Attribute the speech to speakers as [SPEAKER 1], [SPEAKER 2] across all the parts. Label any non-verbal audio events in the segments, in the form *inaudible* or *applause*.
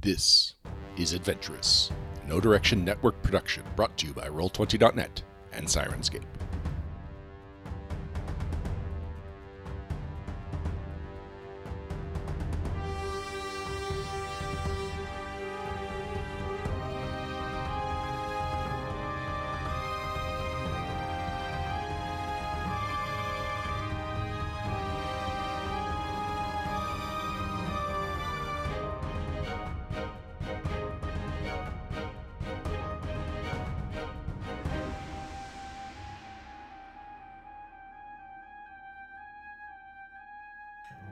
[SPEAKER 1] This is Adventurous, a No Direction Network production brought to you by Roll20.net and Sirenscape.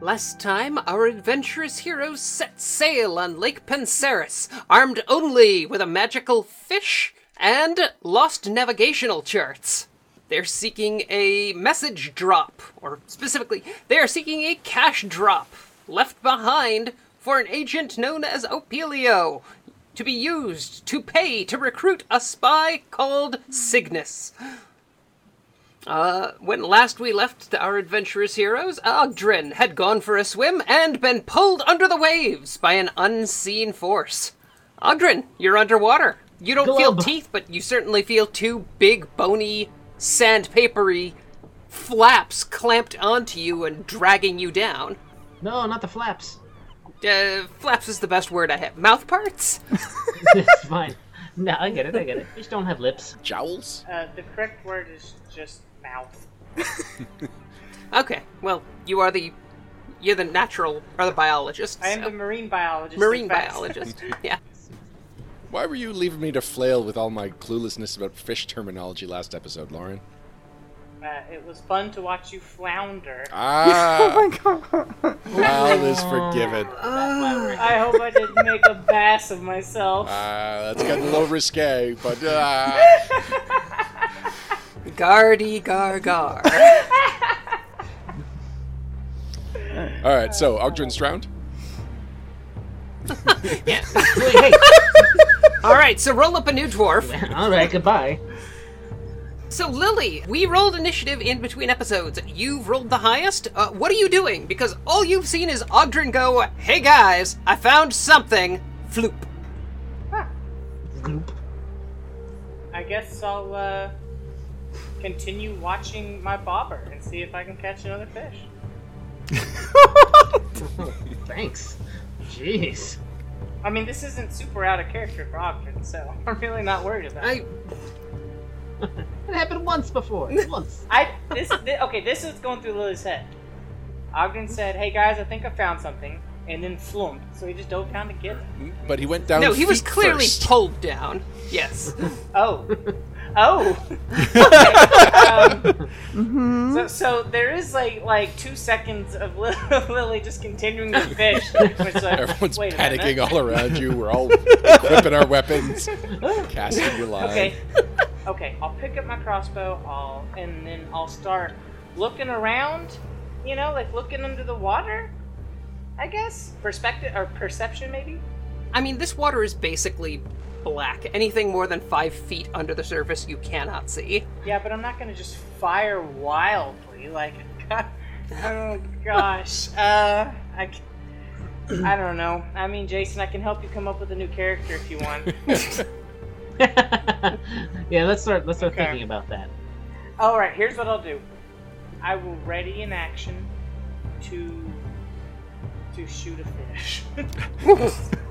[SPEAKER 2] Last time, our adventurous heroes set sail on Lake Penseris, armed only with a magical fish and lost navigational charts. They're seeking a message drop, or specifically, they are seeking a cash drop left behind for an agent known as Opelio to be used to pay to recruit a spy called Cygnus. Uh, when last we left our adventurous heroes, Ogdrin had gone for a swim and been pulled under the waves by an unseen force. Ogdrin, you're underwater. You don't feel
[SPEAKER 3] Glub.
[SPEAKER 2] teeth, but you certainly feel two big, bony, sandpapery flaps clamped onto you and dragging you down.
[SPEAKER 3] No, not the flaps. *laughs*
[SPEAKER 2] Uh, flaps is the best word I have. Mouth parts?
[SPEAKER 3] it's fine. No, I get it. I get it. Fish don't have lips.
[SPEAKER 1] Jowls?
[SPEAKER 4] Uh, the correct word is just mouth.
[SPEAKER 2] Okay, well, you are the. You're the natural, or the biologist.
[SPEAKER 4] I am
[SPEAKER 2] so-
[SPEAKER 4] the marine biologist.
[SPEAKER 2] marine
[SPEAKER 4] in fact.
[SPEAKER 2] biologist. yeah.
[SPEAKER 1] Why were you leaving me to flail with all my cluelessness about fish terminology last episode, Lauren?
[SPEAKER 4] *laughs* Uh, it was fun to watch you flounder.
[SPEAKER 1] Ah! Al is forgiven. Ah,
[SPEAKER 4] I hope I didn't make a bass of myself.
[SPEAKER 1] Ah, that's getting a little risque, but ah.
[SPEAKER 2] Gardy gar gar.
[SPEAKER 1] All right, so Ogdrin's drowned.
[SPEAKER 3] Wait, hey.
[SPEAKER 2] All right, so roll up a new dwarf.
[SPEAKER 3] *laughs* All right. Goodbye.
[SPEAKER 2] So Lily, we rolled initiative in between episodes. You've rolled the highest. Uh, what are you doing? Because all you've seen is Ogdrin go, "Hey guys, I found something." Floop.
[SPEAKER 3] Gloop.
[SPEAKER 4] I guess I'll uh, continue watching my bobber and see if I can catch another fish.
[SPEAKER 3] Thanks. Jeez.
[SPEAKER 4] I mean, this isn't super out of character for Ogden, so *laughs* I'm really not worried about it.
[SPEAKER 2] I
[SPEAKER 3] It happened once before. Once. *laughs*
[SPEAKER 4] I this, this okay. This is going through Lily's head. Ogden said, "Hey guys, I think I found something," and then flumped. So he just dove down to get it.
[SPEAKER 1] But he went down.
[SPEAKER 2] no, he was
[SPEAKER 1] feet
[SPEAKER 2] clearly
[SPEAKER 1] first.
[SPEAKER 2] pulled down. Yes.
[SPEAKER 4] *laughs* Oh. Oh. Okay. *laughs* um, so, so there is like like two seconds of Li- *laughs* Lily just continuing to fish. Which,
[SPEAKER 1] *laughs*
[SPEAKER 4] like,
[SPEAKER 1] Everyone's
[SPEAKER 4] wait a
[SPEAKER 1] panicking
[SPEAKER 4] minute.
[SPEAKER 1] all around you. We're all equipping our weapons, casting your line.
[SPEAKER 4] Okay.
[SPEAKER 1] *laughs*
[SPEAKER 4] Okay. I'll pick up my crossbow. I'll and then I'll start looking around. You know, like looking under the water. I guess perspective or perception, maybe.
[SPEAKER 2] I mean, this water is basically black. Anything more than five feet under the surface, you cannot see.
[SPEAKER 4] Yeah, but I'm not gonna just fire wildly. Like, *laughs* oh gosh, uh, I, c- I don't know. I mean, Jason, I can help you come up with a new character if you want.
[SPEAKER 3] yeah. Let's start. Let's start
[SPEAKER 4] Okay.
[SPEAKER 3] thinking about that.
[SPEAKER 4] All right, here's what I'll do. I will ready in action to to shoot a fish. *laughs*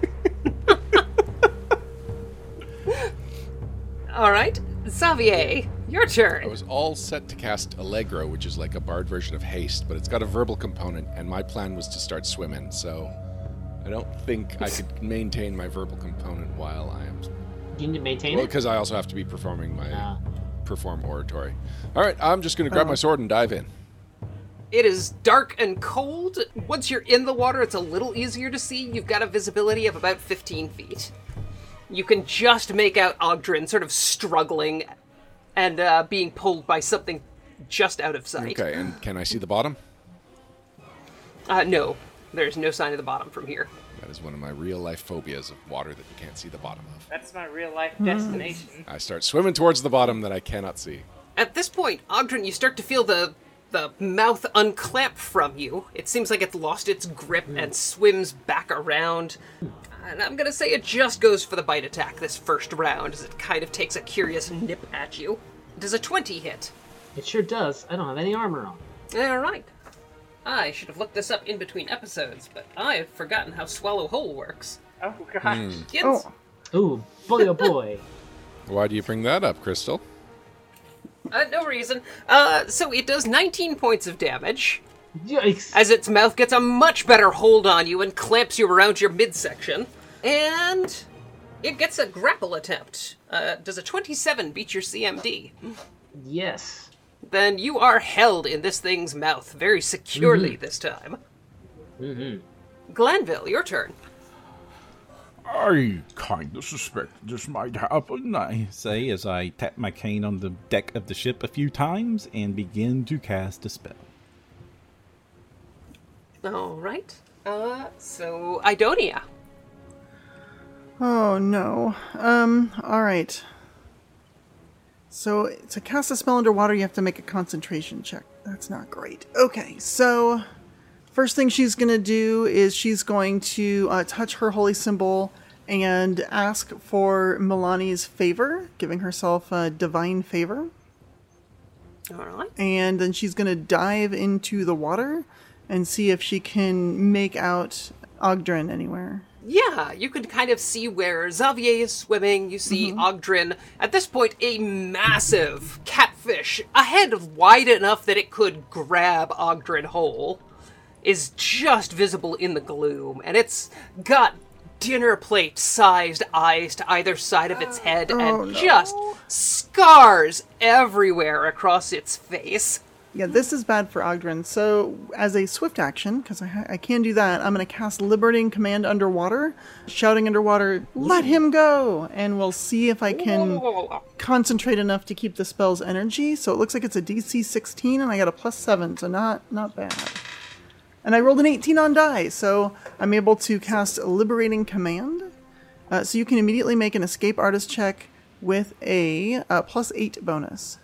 [SPEAKER 2] All right, Xavier, your turn.
[SPEAKER 1] I was all set to cast Allegro, which is like a bard version of Haste, but it's got a verbal component, and my plan was to start swimming, so I don't think I could maintain my verbal component while I am.
[SPEAKER 3] You need to maintain
[SPEAKER 1] Well,
[SPEAKER 3] it.
[SPEAKER 1] because I also have to be performing my
[SPEAKER 3] Uh,
[SPEAKER 1] perform oratory. All right, I'm just going to grab my sword and dive in.
[SPEAKER 2] It is dark and cold. Once you're in the water, it's a little easier to see. You've got a visibility of about 15 feet. You can just make out Ogdrin sort of struggling and uh, being pulled by something just out of sight.
[SPEAKER 1] Okay, and can I see the bottom?
[SPEAKER 2] Uh, no, there's no sign of the bottom from here.
[SPEAKER 1] That is one of my real life phobias of water that you can't see the bottom of.
[SPEAKER 4] That's my real life destination.
[SPEAKER 1] I start swimming towards the bottom that I cannot see.
[SPEAKER 2] At this point, Ogdrin, you start to feel the the mouth unclamp from you. It seems like it's lost its grip and swims back around. And I'm gonna say it just goes for the bite attack this first round, as it kind of takes a curious nip at you. Does a 20 hit?
[SPEAKER 3] It sure does. I don't have any armor on.
[SPEAKER 2] Alright. I should have looked this up in between episodes, but I have forgotten how Swallow Hole works.
[SPEAKER 4] Oh gosh.
[SPEAKER 2] Kids,
[SPEAKER 5] Oh,
[SPEAKER 3] Ooh, boy oh boy.
[SPEAKER 1] Why do you bring that up, Crystal?
[SPEAKER 2] uh, no reason. Uh, so it does 19 points of damage.
[SPEAKER 3] Yikes.
[SPEAKER 2] as its mouth gets a much better hold on you and clamps you around your midsection. And it gets a grapple attempt. Uh, does a 27 beat your CMD?
[SPEAKER 3] Yes.
[SPEAKER 2] Then you are held in this thing's mouth very securely this time. Glanville, your turn.
[SPEAKER 6] I kind of suspect this might happen, I say as I tap my cane on the deck of the ship a few times and begin to cast a spell.
[SPEAKER 2] All right. Uh, so Idonia.
[SPEAKER 5] oh no. Um, all right. So to cast a spell underwater, you have to make a concentration check. That's not great. Okay, so first thing she's gonna do is she's going to uh, touch her holy symbol and ask for Milani's favor, giving herself a divine favor.
[SPEAKER 2] All right.
[SPEAKER 5] and then she's going to dive into the water and see if she can make out Ogdrin anywhere.
[SPEAKER 2] Yeah, you can kind of see where Xavier is swimming. You see
[SPEAKER 5] Mm-hmm.
[SPEAKER 2] Ogdrin. At this point, a massive catfish, a head wide enough that it could grab Ogdrin whole, is just visible in the gloom. And it's got dinner plate sized eyes to either side of its head
[SPEAKER 5] Oh,
[SPEAKER 2] and just scars everywhere across its face.
[SPEAKER 5] Yeah, this is bad for Ogdrin. So, as a swift action, because I, ha- I can do that, I'm going to cast Liberating Command underwater, shouting underwater, "Let him go!" And we'll see if I can concentrate enough to keep the spell's energy. So it looks like it's a DC 16, and I got a plus seven, so not not bad. And I rolled an 18 on die, so I'm able to cast Liberating Command. Uh, so you can immediately make an Escape Artist check with a uh, plus eight bonus,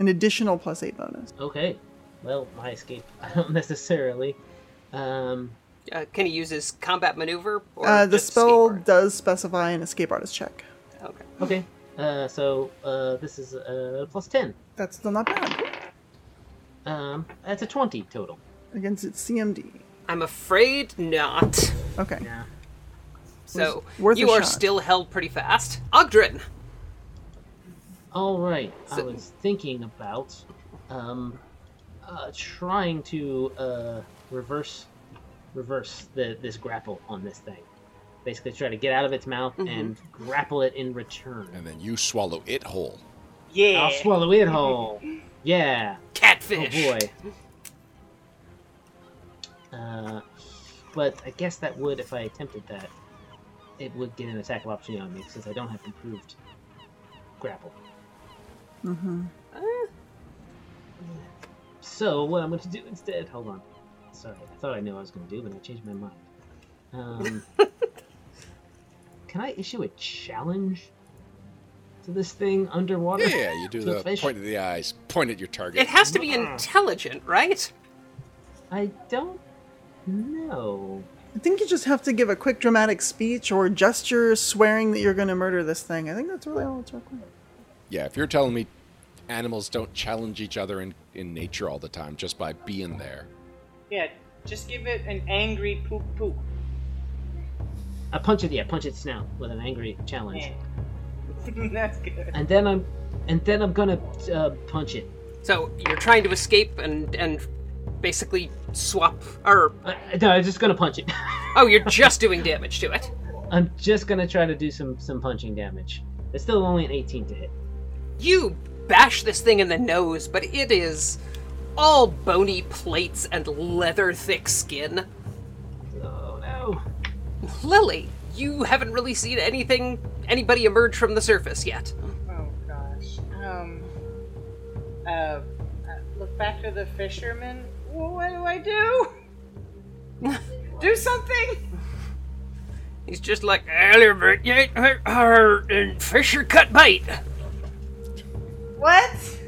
[SPEAKER 5] an additional plus eight bonus.
[SPEAKER 3] Okay. Well, I escaped. *laughs* I don't necessarily. Um,
[SPEAKER 2] Uh, can he use his combat maneuver? Or
[SPEAKER 5] Uh, the
[SPEAKER 2] just escape
[SPEAKER 5] spell
[SPEAKER 2] route?
[SPEAKER 5] does specify an Escape Artist check.
[SPEAKER 2] Okay.
[SPEAKER 3] okay. Uh, so uh, this is uh, plus 10.
[SPEAKER 5] That's still not bad
[SPEAKER 3] Um, that's a 20 total.
[SPEAKER 5] against its CMD.
[SPEAKER 2] I'm afraid not.
[SPEAKER 5] Okay.
[SPEAKER 3] Yeah.
[SPEAKER 2] So
[SPEAKER 5] worth a
[SPEAKER 2] you are
[SPEAKER 5] shot.
[SPEAKER 2] still held pretty fast. Ogdrin,
[SPEAKER 3] All right. I
[SPEAKER 2] So-
[SPEAKER 3] was thinking about um, uh, trying to uh, reverse reverse the, this grapple on this thing. Basically, try to get out of its mouth and grapple it in return.
[SPEAKER 1] And then you swallow it whole.
[SPEAKER 4] Yeah.
[SPEAKER 3] I'll swallow it whole. Yeah. Oh
[SPEAKER 2] catfish.
[SPEAKER 3] boy. Uh, but I guess that would, if I attempted that, it would get an attack of opportunity on me since I don't have improved grapple. Ah.
[SPEAKER 2] Uh,
[SPEAKER 3] So what I'm going to do instead? Hold on. Sorry, I thought I knew what I was going to do, but I changed my mind. Um, can I issue a challenge to this thing underwater?
[SPEAKER 1] Yeah, you do
[SPEAKER 3] To a
[SPEAKER 1] the
[SPEAKER 3] fish?
[SPEAKER 1] point of the eyes, point at your target.
[SPEAKER 2] it has to be
[SPEAKER 3] Mm-hmm.
[SPEAKER 2] intelligent, right?
[SPEAKER 3] I don't know.
[SPEAKER 5] I think you just have to give a quick dramatic speech or gesture swearing that you're going to murder this thing. I think that's really all it's required.
[SPEAKER 1] Yeah, if you're telling me animals don't challenge each other in, in nature all the time just by being there.
[SPEAKER 4] Yeah. Just give it an angry poop poop. *laughs*
[SPEAKER 3] I punch it. Yeah, punch its snout with an angry challenge.
[SPEAKER 4] Yeah. That's good.
[SPEAKER 3] and then I'm, and then I'm gonna uh, punch it.
[SPEAKER 2] So you're trying to escape and and basically swap or
[SPEAKER 3] Uh, no, I'm just gonna punch it. *laughs*
[SPEAKER 2] oh, you're just doing damage to it.
[SPEAKER 3] I'm just gonna try to do some some punching damage. It's still only an 18 to hit.
[SPEAKER 2] You bash this thing in the nose, but it is all bony plates and leather thick skin.
[SPEAKER 3] Oh no!
[SPEAKER 2] Lily, you haven't really seen anything anybody emerge from the surface yet. *laughs*
[SPEAKER 4] Oh gosh. Um. Uh. uh, Look back to the fisherman. Well, what do I do? do something.
[SPEAKER 2] He's just like Alibert and Fisher cut bait.
[SPEAKER 4] What?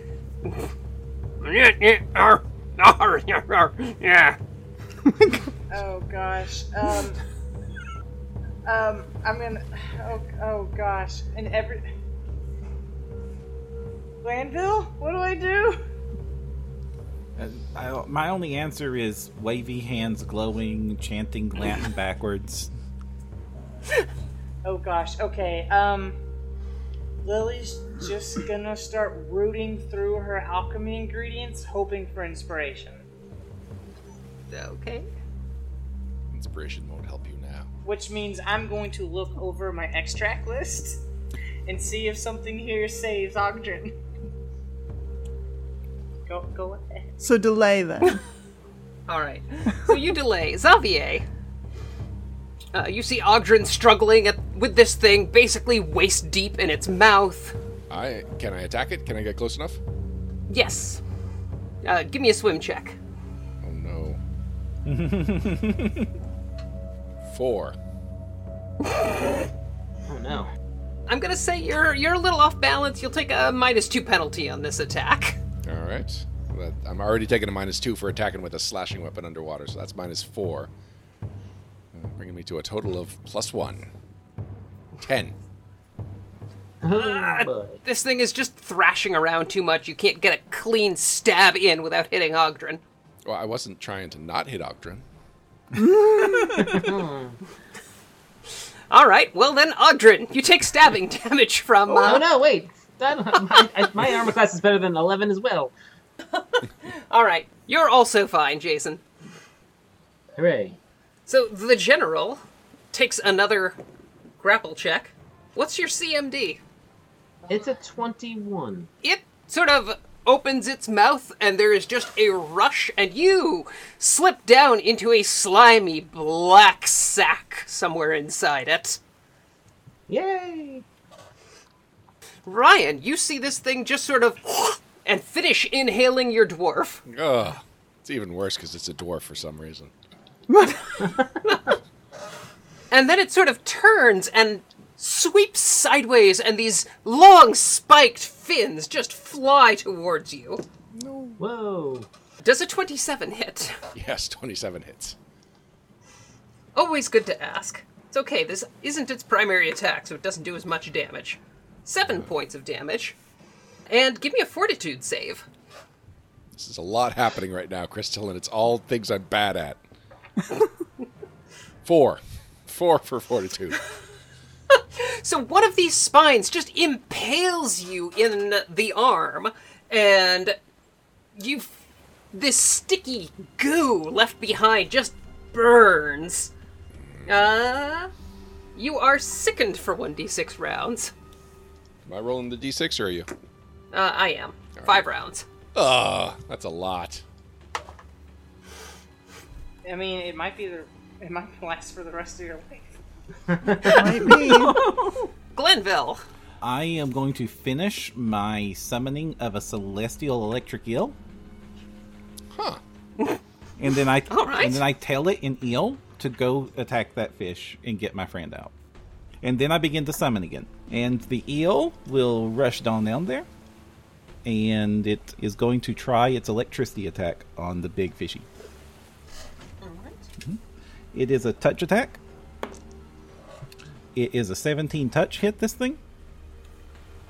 [SPEAKER 2] Well, yeah.
[SPEAKER 4] Oh gosh. Um. um. I'm gonna. Oh. Oh gosh. And every. Glanville, what do I do?
[SPEAKER 6] Uh, I, my only answer is wavy hands glowing, chanting Latin *laughs* backwards.
[SPEAKER 4] Oh gosh. Okay. Um. Lily's just gonna start rooting through her alchemy ingredients, hoping for inspiration.
[SPEAKER 2] Okay.
[SPEAKER 1] Inspiration won't help you now.
[SPEAKER 4] Which means I'm going to look over my extract list and see if something here saves Ogden. Go, go ahead.
[SPEAKER 5] So delay then.
[SPEAKER 2] All right. So you delay. *laughs* Xavier. Uh, you see Ogdrin struggling at, with this thing, basically waist deep in its mouth.
[SPEAKER 1] I can I attack it? Can I get close enough?
[SPEAKER 2] Yes. Uh, give me a swim check.
[SPEAKER 1] Oh no. Four.
[SPEAKER 3] Oh no.
[SPEAKER 2] I'm gonna say you're you're a little off balance. You'll take a minus two penalty on this attack. *laughs*
[SPEAKER 1] All right. Well, I'm already taking a minus two for attacking with a slashing weapon underwater, so that's minus four. Uh, Bringing me to a total of plus one. Ten.
[SPEAKER 3] Oh, boy.
[SPEAKER 2] This thing is just thrashing around too much. You can't get a clean stab in without hitting Ogdrin.
[SPEAKER 1] Well, I wasn't trying to not hit Ogdrin.
[SPEAKER 2] All right. Well then, Ogdrin, you take stabbing *laughs* damage from. Uh,
[SPEAKER 3] Oh no! Wait. I don't- my, I- my armor class is better than eleven as well.
[SPEAKER 2] All right. You're also fine, Jason.
[SPEAKER 3] Hooray!
[SPEAKER 2] So the general takes another grapple check. What's your CMD?
[SPEAKER 3] It's a twenty-one.
[SPEAKER 2] It sort of opens its mouth and there is just a rush and you slip down into a slimy black sack somewhere inside it.
[SPEAKER 3] Yay!
[SPEAKER 2] Ryan, you see this thing just sort of and finish inhaling your dwarf.
[SPEAKER 1] Ugh. It's even worse because it's a dwarf for some reason. *laughs*
[SPEAKER 2] And then it sort of turns and sweeps sideways and these long spiked fins just fly towards you.
[SPEAKER 3] Whoa!
[SPEAKER 2] Does a 27 hit?
[SPEAKER 1] Yes, 27 hits.
[SPEAKER 2] Always good to ask. It's okay, this isn't its primary attack, so it doesn't do as much damage. Seven points of damage. And give me a fortitude save.
[SPEAKER 1] This is a lot happening right now, Crystal, and it's all things I'm bad
[SPEAKER 3] *laughs*
[SPEAKER 1] at. Four. Four for fortitude.
[SPEAKER 2] So one of these spines just impales you in the arm, and you. This sticky goo left behind just burns. Uh. You are sickened for 1d6 rounds.
[SPEAKER 1] Am I rolling the d6 or are you?
[SPEAKER 2] Uh, I am. Five rounds.
[SPEAKER 1] Ugh, that's a lot.
[SPEAKER 4] I mean, it might be the. It might *laughs* last for the rest of your life.
[SPEAKER 5] Might be.
[SPEAKER 2] Glenville!
[SPEAKER 6] I am going to finish my summoning of a celestial electric eel,
[SPEAKER 1] Huh.
[SPEAKER 6] and then I
[SPEAKER 2] *laughs* All right.
[SPEAKER 6] and then I tail it in eel to go attack that fish and get my friend out. And then I begin to summon again, and the eel will rush down down there, and it is going to try its electricity attack on the big fishy. Mhm. It is a touch attack. It is a 17 touch hit this thing.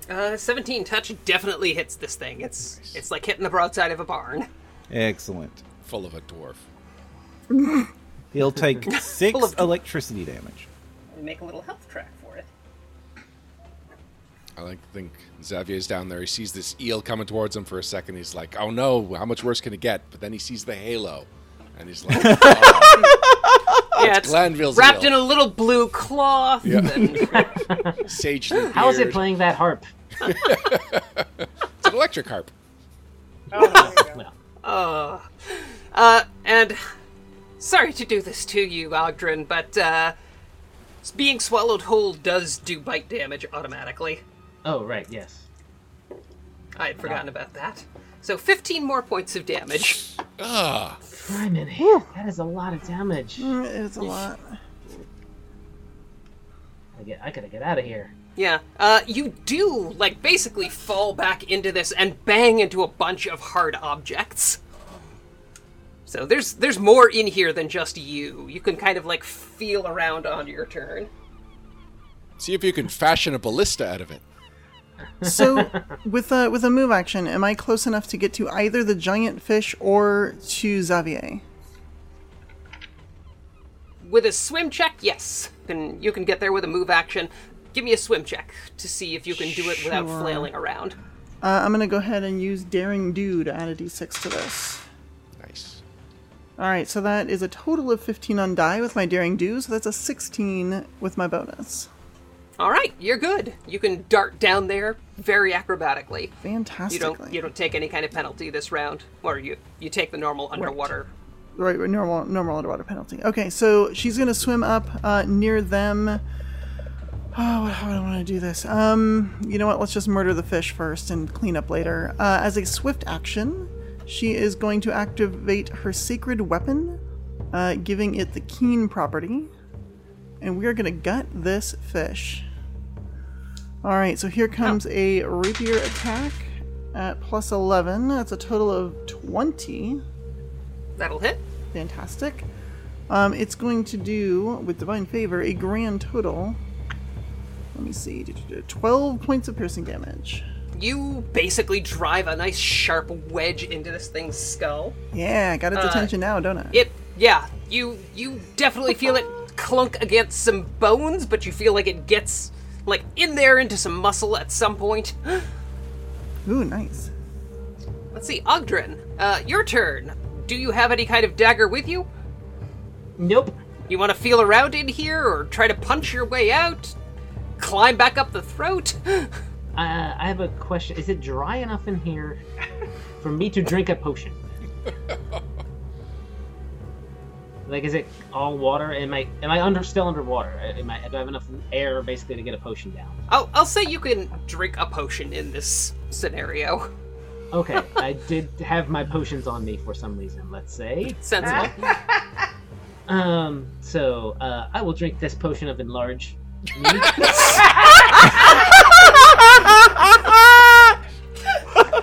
[SPEAKER 2] Uh, 17 touch definitely hits this thing. It's it's like hitting the broadside of a barn.
[SPEAKER 6] Excellent.
[SPEAKER 1] Full of a dwarf.
[SPEAKER 2] *laughs*
[SPEAKER 6] He'll take six
[SPEAKER 2] Full of-
[SPEAKER 6] electricity damage.
[SPEAKER 2] Make a little health track for it.
[SPEAKER 1] I like to think Xavier's down there. He sees this eel coming towards him for a second. He's like, oh no, how much worse can it get? But then he sees the halo. And he's
[SPEAKER 3] *laughs*
[SPEAKER 1] like, oh,
[SPEAKER 2] Yeah, it's
[SPEAKER 1] Glanville's
[SPEAKER 2] wrapped
[SPEAKER 1] eel.
[SPEAKER 2] in a little blue cloth.
[SPEAKER 1] Yeah.
[SPEAKER 2] and-
[SPEAKER 1] sagely beard.
[SPEAKER 3] How is it playing that harp?
[SPEAKER 1] It's an electric harp.
[SPEAKER 4] Oh, there you go.
[SPEAKER 3] Well,
[SPEAKER 2] uh, and sorry to do this to you, Ogdrin, but uh, being swallowed whole does do bite damage automatically.
[SPEAKER 3] oh right, yes.
[SPEAKER 2] I had forgotten about that. So 15 more points of damage.
[SPEAKER 1] Ugh.
[SPEAKER 3] I'm in That is a lot of damage. I
[SPEAKER 5] it's a lot.
[SPEAKER 3] gotta get, I gotta get out of here.
[SPEAKER 2] Yeah. Uh, you do, like, basically fall back into this and bang into a bunch of hard objects. So there's there's more in here than just you. You can kind of like feel around on your turn.
[SPEAKER 1] See if you can fashion a ballista out of it.
[SPEAKER 5] So, with a with a move action, am I close enough to get to either the giant fish or to Xavier?
[SPEAKER 2] With a swim check, yes, can you can get there with a move action. Give me a swim check to see if you can do it without
[SPEAKER 5] Sure.
[SPEAKER 2] flailing around.
[SPEAKER 5] Uh, I'm gonna go ahead and use Daring Dude to add a d6 to this.
[SPEAKER 1] Nice.
[SPEAKER 5] All right, so that is a total of 15 on die with my Daring Do, so that's a 16 with my bonus.
[SPEAKER 2] All right, you're good. You can dart down there very acrobatically. You
[SPEAKER 5] Fantastically.
[SPEAKER 2] don't you don't take any kind of penalty this round, or you you take the normal underwater.
[SPEAKER 5] Right, right, normal, normal underwater penalty. Okay, so she's gonna swim up uh, near them. Oh, how do I want to do this? Um, you know what? Let's just murder the fish first and clean up later. Uh, as a swift action, she is going to activate her sacred weapon, uh, giving it the keen property, and we are gonna gut this fish. All right, so here comes a rapier attack at plus eleven. That's a total of twenty.
[SPEAKER 2] That'll hit.
[SPEAKER 5] Fantastic. Um, it's going to do, with Divine Favor, a grand total. Let me see. duh, duh, duh, 12 points of piercing damage.
[SPEAKER 2] You basically drive a nice sharp wedge into this thing's skull.
[SPEAKER 5] Yeah, I got
[SPEAKER 2] Uh,
[SPEAKER 5] its attention now, don't I?
[SPEAKER 2] It yeah, you you definitely feel it clunk against some bones, but you feel like it gets like in there into some muscle at some point.
[SPEAKER 5] Ooh, nice.
[SPEAKER 2] Let's see, Ogdrin, uh, your turn. Do you have any kind of dagger with you?
[SPEAKER 3] Nope.
[SPEAKER 2] You want to feel around in here, or try to punch your way out? Climb back up the throat? *gasps*
[SPEAKER 3] Uh, I have a question. Is it dry enough in here for me to drink a potion? like, is it all water? Am I am I under still underwater? Uh, Am I do I have enough air basically to get a potion down?
[SPEAKER 2] I'll, I'll say you can drink a potion in this scenario.
[SPEAKER 3] Okay, I did have my potions on me for some reason. Let's say.
[SPEAKER 2] Sensible.
[SPEAKER 3] Um, so uh, I will drink this potion of enlarge. Me.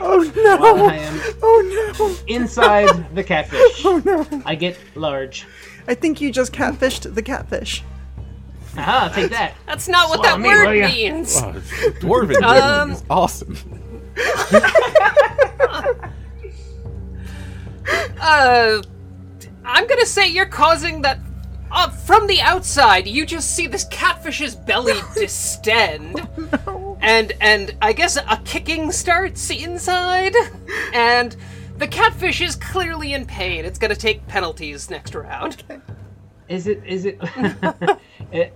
[SPEAKER 5] Oh no!
[SPEAKER 3] While I am
[SPEAKER 5] Oh no!
[SPEAKER 3] inside the catfish,
[SPEAKER 5] Oh no!
[SPEAKER 3] I get large.
[SPEAKER 5] I think you just catfished the catfish.
[SPEAKER 3] Aha! Take that.
[SPEAKER 2] That's not what
[SPEAKER 3] Swallow
[SPEAKER 2] that
[SPEAKER 3] me, will
[SPEAKER 2] word
[SPEAKER 3] ya?
[SPEAKER 2] means.
[SPEAKER 6] Oh, *laughs* dwarven dribbling
[SPEAKER 2] Um,
[SPEAKER 6] is awesome.
[SPEAKER 2] Uh, I'm gonna say you're causing that. Uh, from the outside, you just see this catfish's belly distend, and and I guess a kicking starts inside, and the catfish is clearly in pain. It's gonna take penalties next round.
[SPEAKER 3] Is it? Is it? *laughs* i-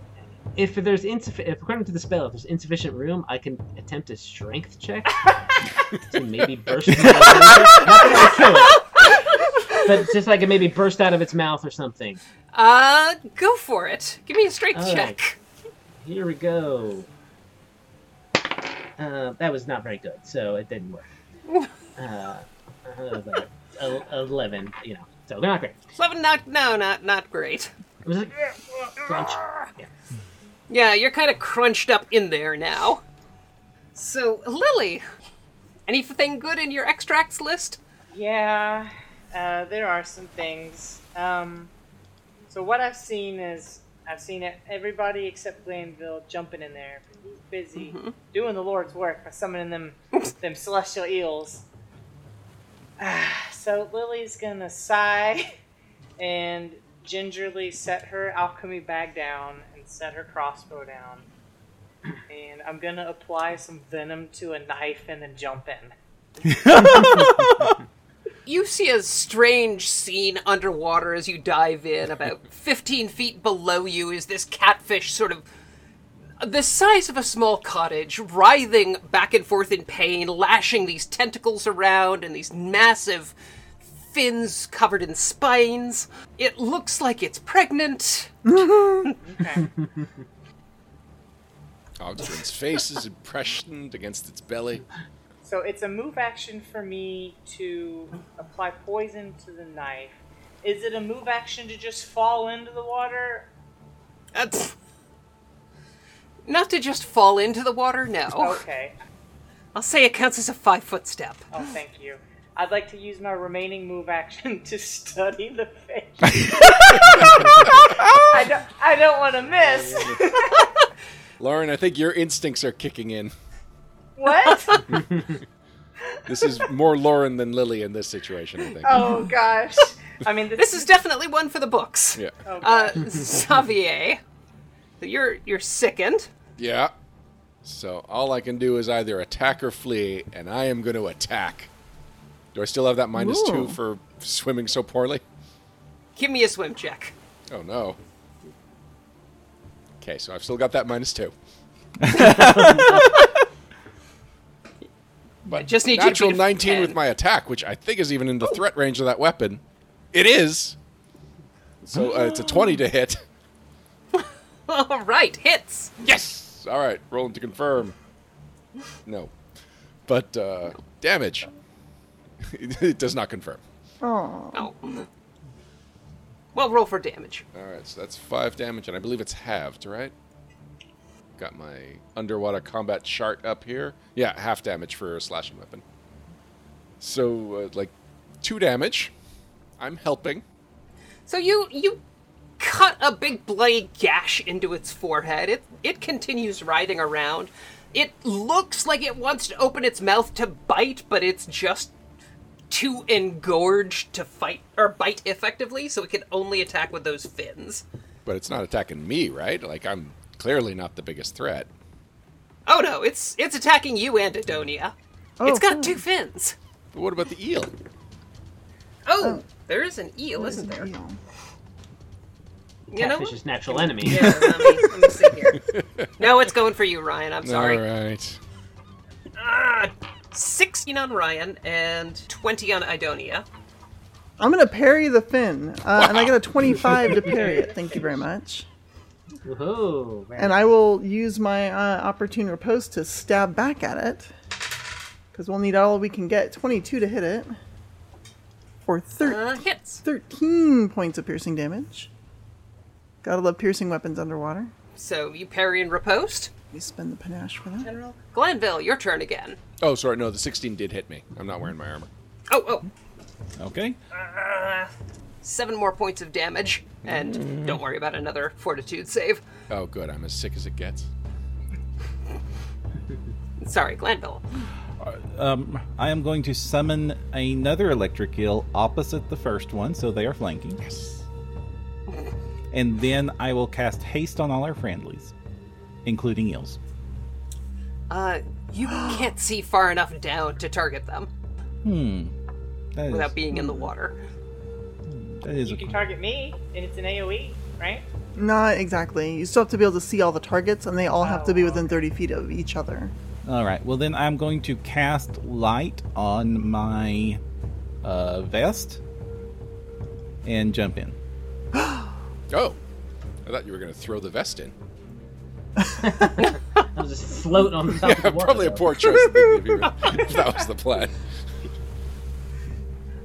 [SPEAKER 3] if there's insufficient, if according to the spell, if there's insufficient room, I can attempt a strength check to maybe burst. it out of it. Not that I kill it, but just like it maybe burst out of its mouth or something.
[SPEAKER 2] Uh, go for it. Give me a strength
[SPEAKER 3] All
[SPEAKER 2] check.
[SPEAKER 3] Here we go. Uh, that was not very good, so it didn't work. Uh, uh, but el- eleven, you know, so not great.
[SPEAKER 2] Eleven, not no, not not great.
[SPEAKER 3] It was like crunch. Yeah.
[SPEAKER 2] Yeah, you're kind of crunched up in there now. So, Lily, anything good in your extracts list?
[SPEAKER 4] Yeah, uh, there are some things. Um, so what I've seen is I've seen it, everybody except Glanville jumping in there, busy doing the Lord's work by summoning them them celestial eels. Ah, so Lily's gonna sigh and gingerly set her alchemy bag down and set her crossbow down. And I'm gonna apply some venom to a knife and then jump in.
[SPEAKER 2] You see a strange scene underwater as you dive in. About 15 feet below you is this catfish, sort of the size of a small cottage, writhing back and forth in pain, lashing these tentacles around and these massive fins covered in spines. It looks like it's pregnant.
[SPEAKER 1] Ogden's face is impressioned against its belly.
[SPEAKER 4] So it's a move action for me to apply poison to the knife. Is it a move action to just fall into the water?
[SPEAKER 2] That's not to just fall into the water. No,
[SPEAKER 4] Okay.
[SPEAKER 2] I'll say it counts as a five foot step.
[SPEAKER 4] Oh, thank you. I'd like to use my remaining move action *laughs* to study the fish. I don't, I don't want to miss. *laughs*
[SPEAKER 1] Lauren, I think your instincts are kicking in.
[SPEAKER 4] what?
[SPEAKER 1] This is more Lauren than Lily in this situation, I think.
[SPEAKER 4] Oh gosh. I mean,
[SPEAKER 2] This is definitely one for the books.
[SPEAKER 1] Yeah.
[SPEAKER 4] Oh,
[SPEAKER 2] Uh,
[SPEAKER 4] God.
[SPEAKER 2] *laughs* Xavier, you're you're sickened.
[SPEAKER 1] Yeah. So all I can do is either attack or flee, and I am going to attack. Do I still have that minus two
[SPEAKER 5] Ooh.
[SPEAKER 1] for swimming so poorly?
[SPEAKER 2] Give me a swim check. *laughs*
[SPEAKER 1] Oh no. Okay, so I've still got that minus
[SPEAKER 2] *laughs*
[SPEAKER 1] two. but
[SPEAKER 2] just need you to Oh.
[SPEAKER 1] natural
[SPEAKER 2] beat a
[SPEAKER 1] 19
[SPEAKER 2] 10.
[SPEAKER 1] with my attack, which I think is even in the threat range of that weapon. It is. So uh, it's a 20 to hit.
[SPEAKER 2] All right, hits.
[SPEAKER 1] Yes. All right, rolling to confirm. No, but uh, damage. *laughs* it does not confirm.
[SPEAKER 5] Oh,
[SPEAKER 2] Oh. Well, roll for damage.
[SPEAKER 1] All right, so that's five damage, and I believe it's halved, right? Got my underwater combat chart up here. Yeah, half damage for a slashing weapon. So, uh, like, two damage. I'm helping.
[SPEAKER 2] So you you cut a big bloody gash into its forehead. It it continues writhing around. It looks like it wants to open its mouth to bite, but it's just too engorged to fight or bite effectively, so it can only attack with those fins.
[SPEAKER 1] But it's not attacking me, right? Like, I'm clearly not the biggest threat.
[SPEAKER 2] Oh no, it's it's attacking you, Antidonia. it's got two fins.
[SPEAKER 1] But what about the eel?
[SPEAKER 2] Oh, there is an eel, isn't there?
[SPEAKER 5] deal.
[SPEAKER 2] You know,
[SPEAKER 3] Catfish's natural enemy.
[SPEAKER 2] Yeah, let me, let *laughs* me see here. No, it's going for you, Ryan. I'm sorry.
[SPEAKER 1] All right.
[SPEAKER 2] Ah, 16 on Ryan and 20 on Idonia.
[SPEAKER 5] I'm gonna parry the fin, uh, and I get a 25 to parry it. Thank you very much.
[SPEAKER 3] Woohoo! Right.
[SPEAKER 5] And I will use my uh, opportune riposte to stab back at it, because we'll need all we can get. 22 to hit it, for thir-
[SPEAKER 2] Uh, hits.
[SPEAKER 5] 13 points of piercing damage. Gotta love piercing weapons underwater.
[SPEAKER 2] So you parry and riposte.
[SPEAKER 5] You spend the panache for that.
[SPEAKER 2] Glenville, your turn again.
[SPEAKER 1] Oh, sorry. No, the 16 did hit me. I'm not wearing my armor.
[SPEAKER 2] Oh, oh.
[SPEAKER 6] Okay.
[SPEAKER 2] Seven more points of damage. And don't worry about another fortitude save.
[SPEAKER 1] Oh, good. I'm as sick as it gets.
[SPEAKER 2] Sorry, Glenville.
[SPEAKER 6] Um, I am going to summon another electric eel opposite the first one, so they are flanking. Yes. And then I will cast haste on all our friendlies, including eels.
[SPEAKER 2] Uh, you can't see far enough down to target them
[SPEAKER 6] Hmm. That is,
[SPEAKER 2] without being in the water.
[SPEAKER 6] that is
[SPEAKER 4] you
[SPEAKER 6] a-
[SPEAKER 4] can target me, and it's an AOE, right?
[SPEAKER 5] Not exactly. You still have to be able to see all the targets, and they all have to be
[SPEAKER 4] Oh,
[SPEAKER 5] within 30 feet of each other.
[SPEAKER 6] All right. Well, then I'm going to cast light on my uh, vest and jump in.
[SPEAKER 1] Oh, I thought you were going to throw the vest in. *laughs*
[SPEAKER 3] I'll just float on top of the
[SPEAKER 1] *laughs*
[SPEAKER 3] water.
[SPEAKER 1] Probably a
[SPEAKER 3] though.
[SPEAKER 1] poor choice if you- *laughs* if that was the plan.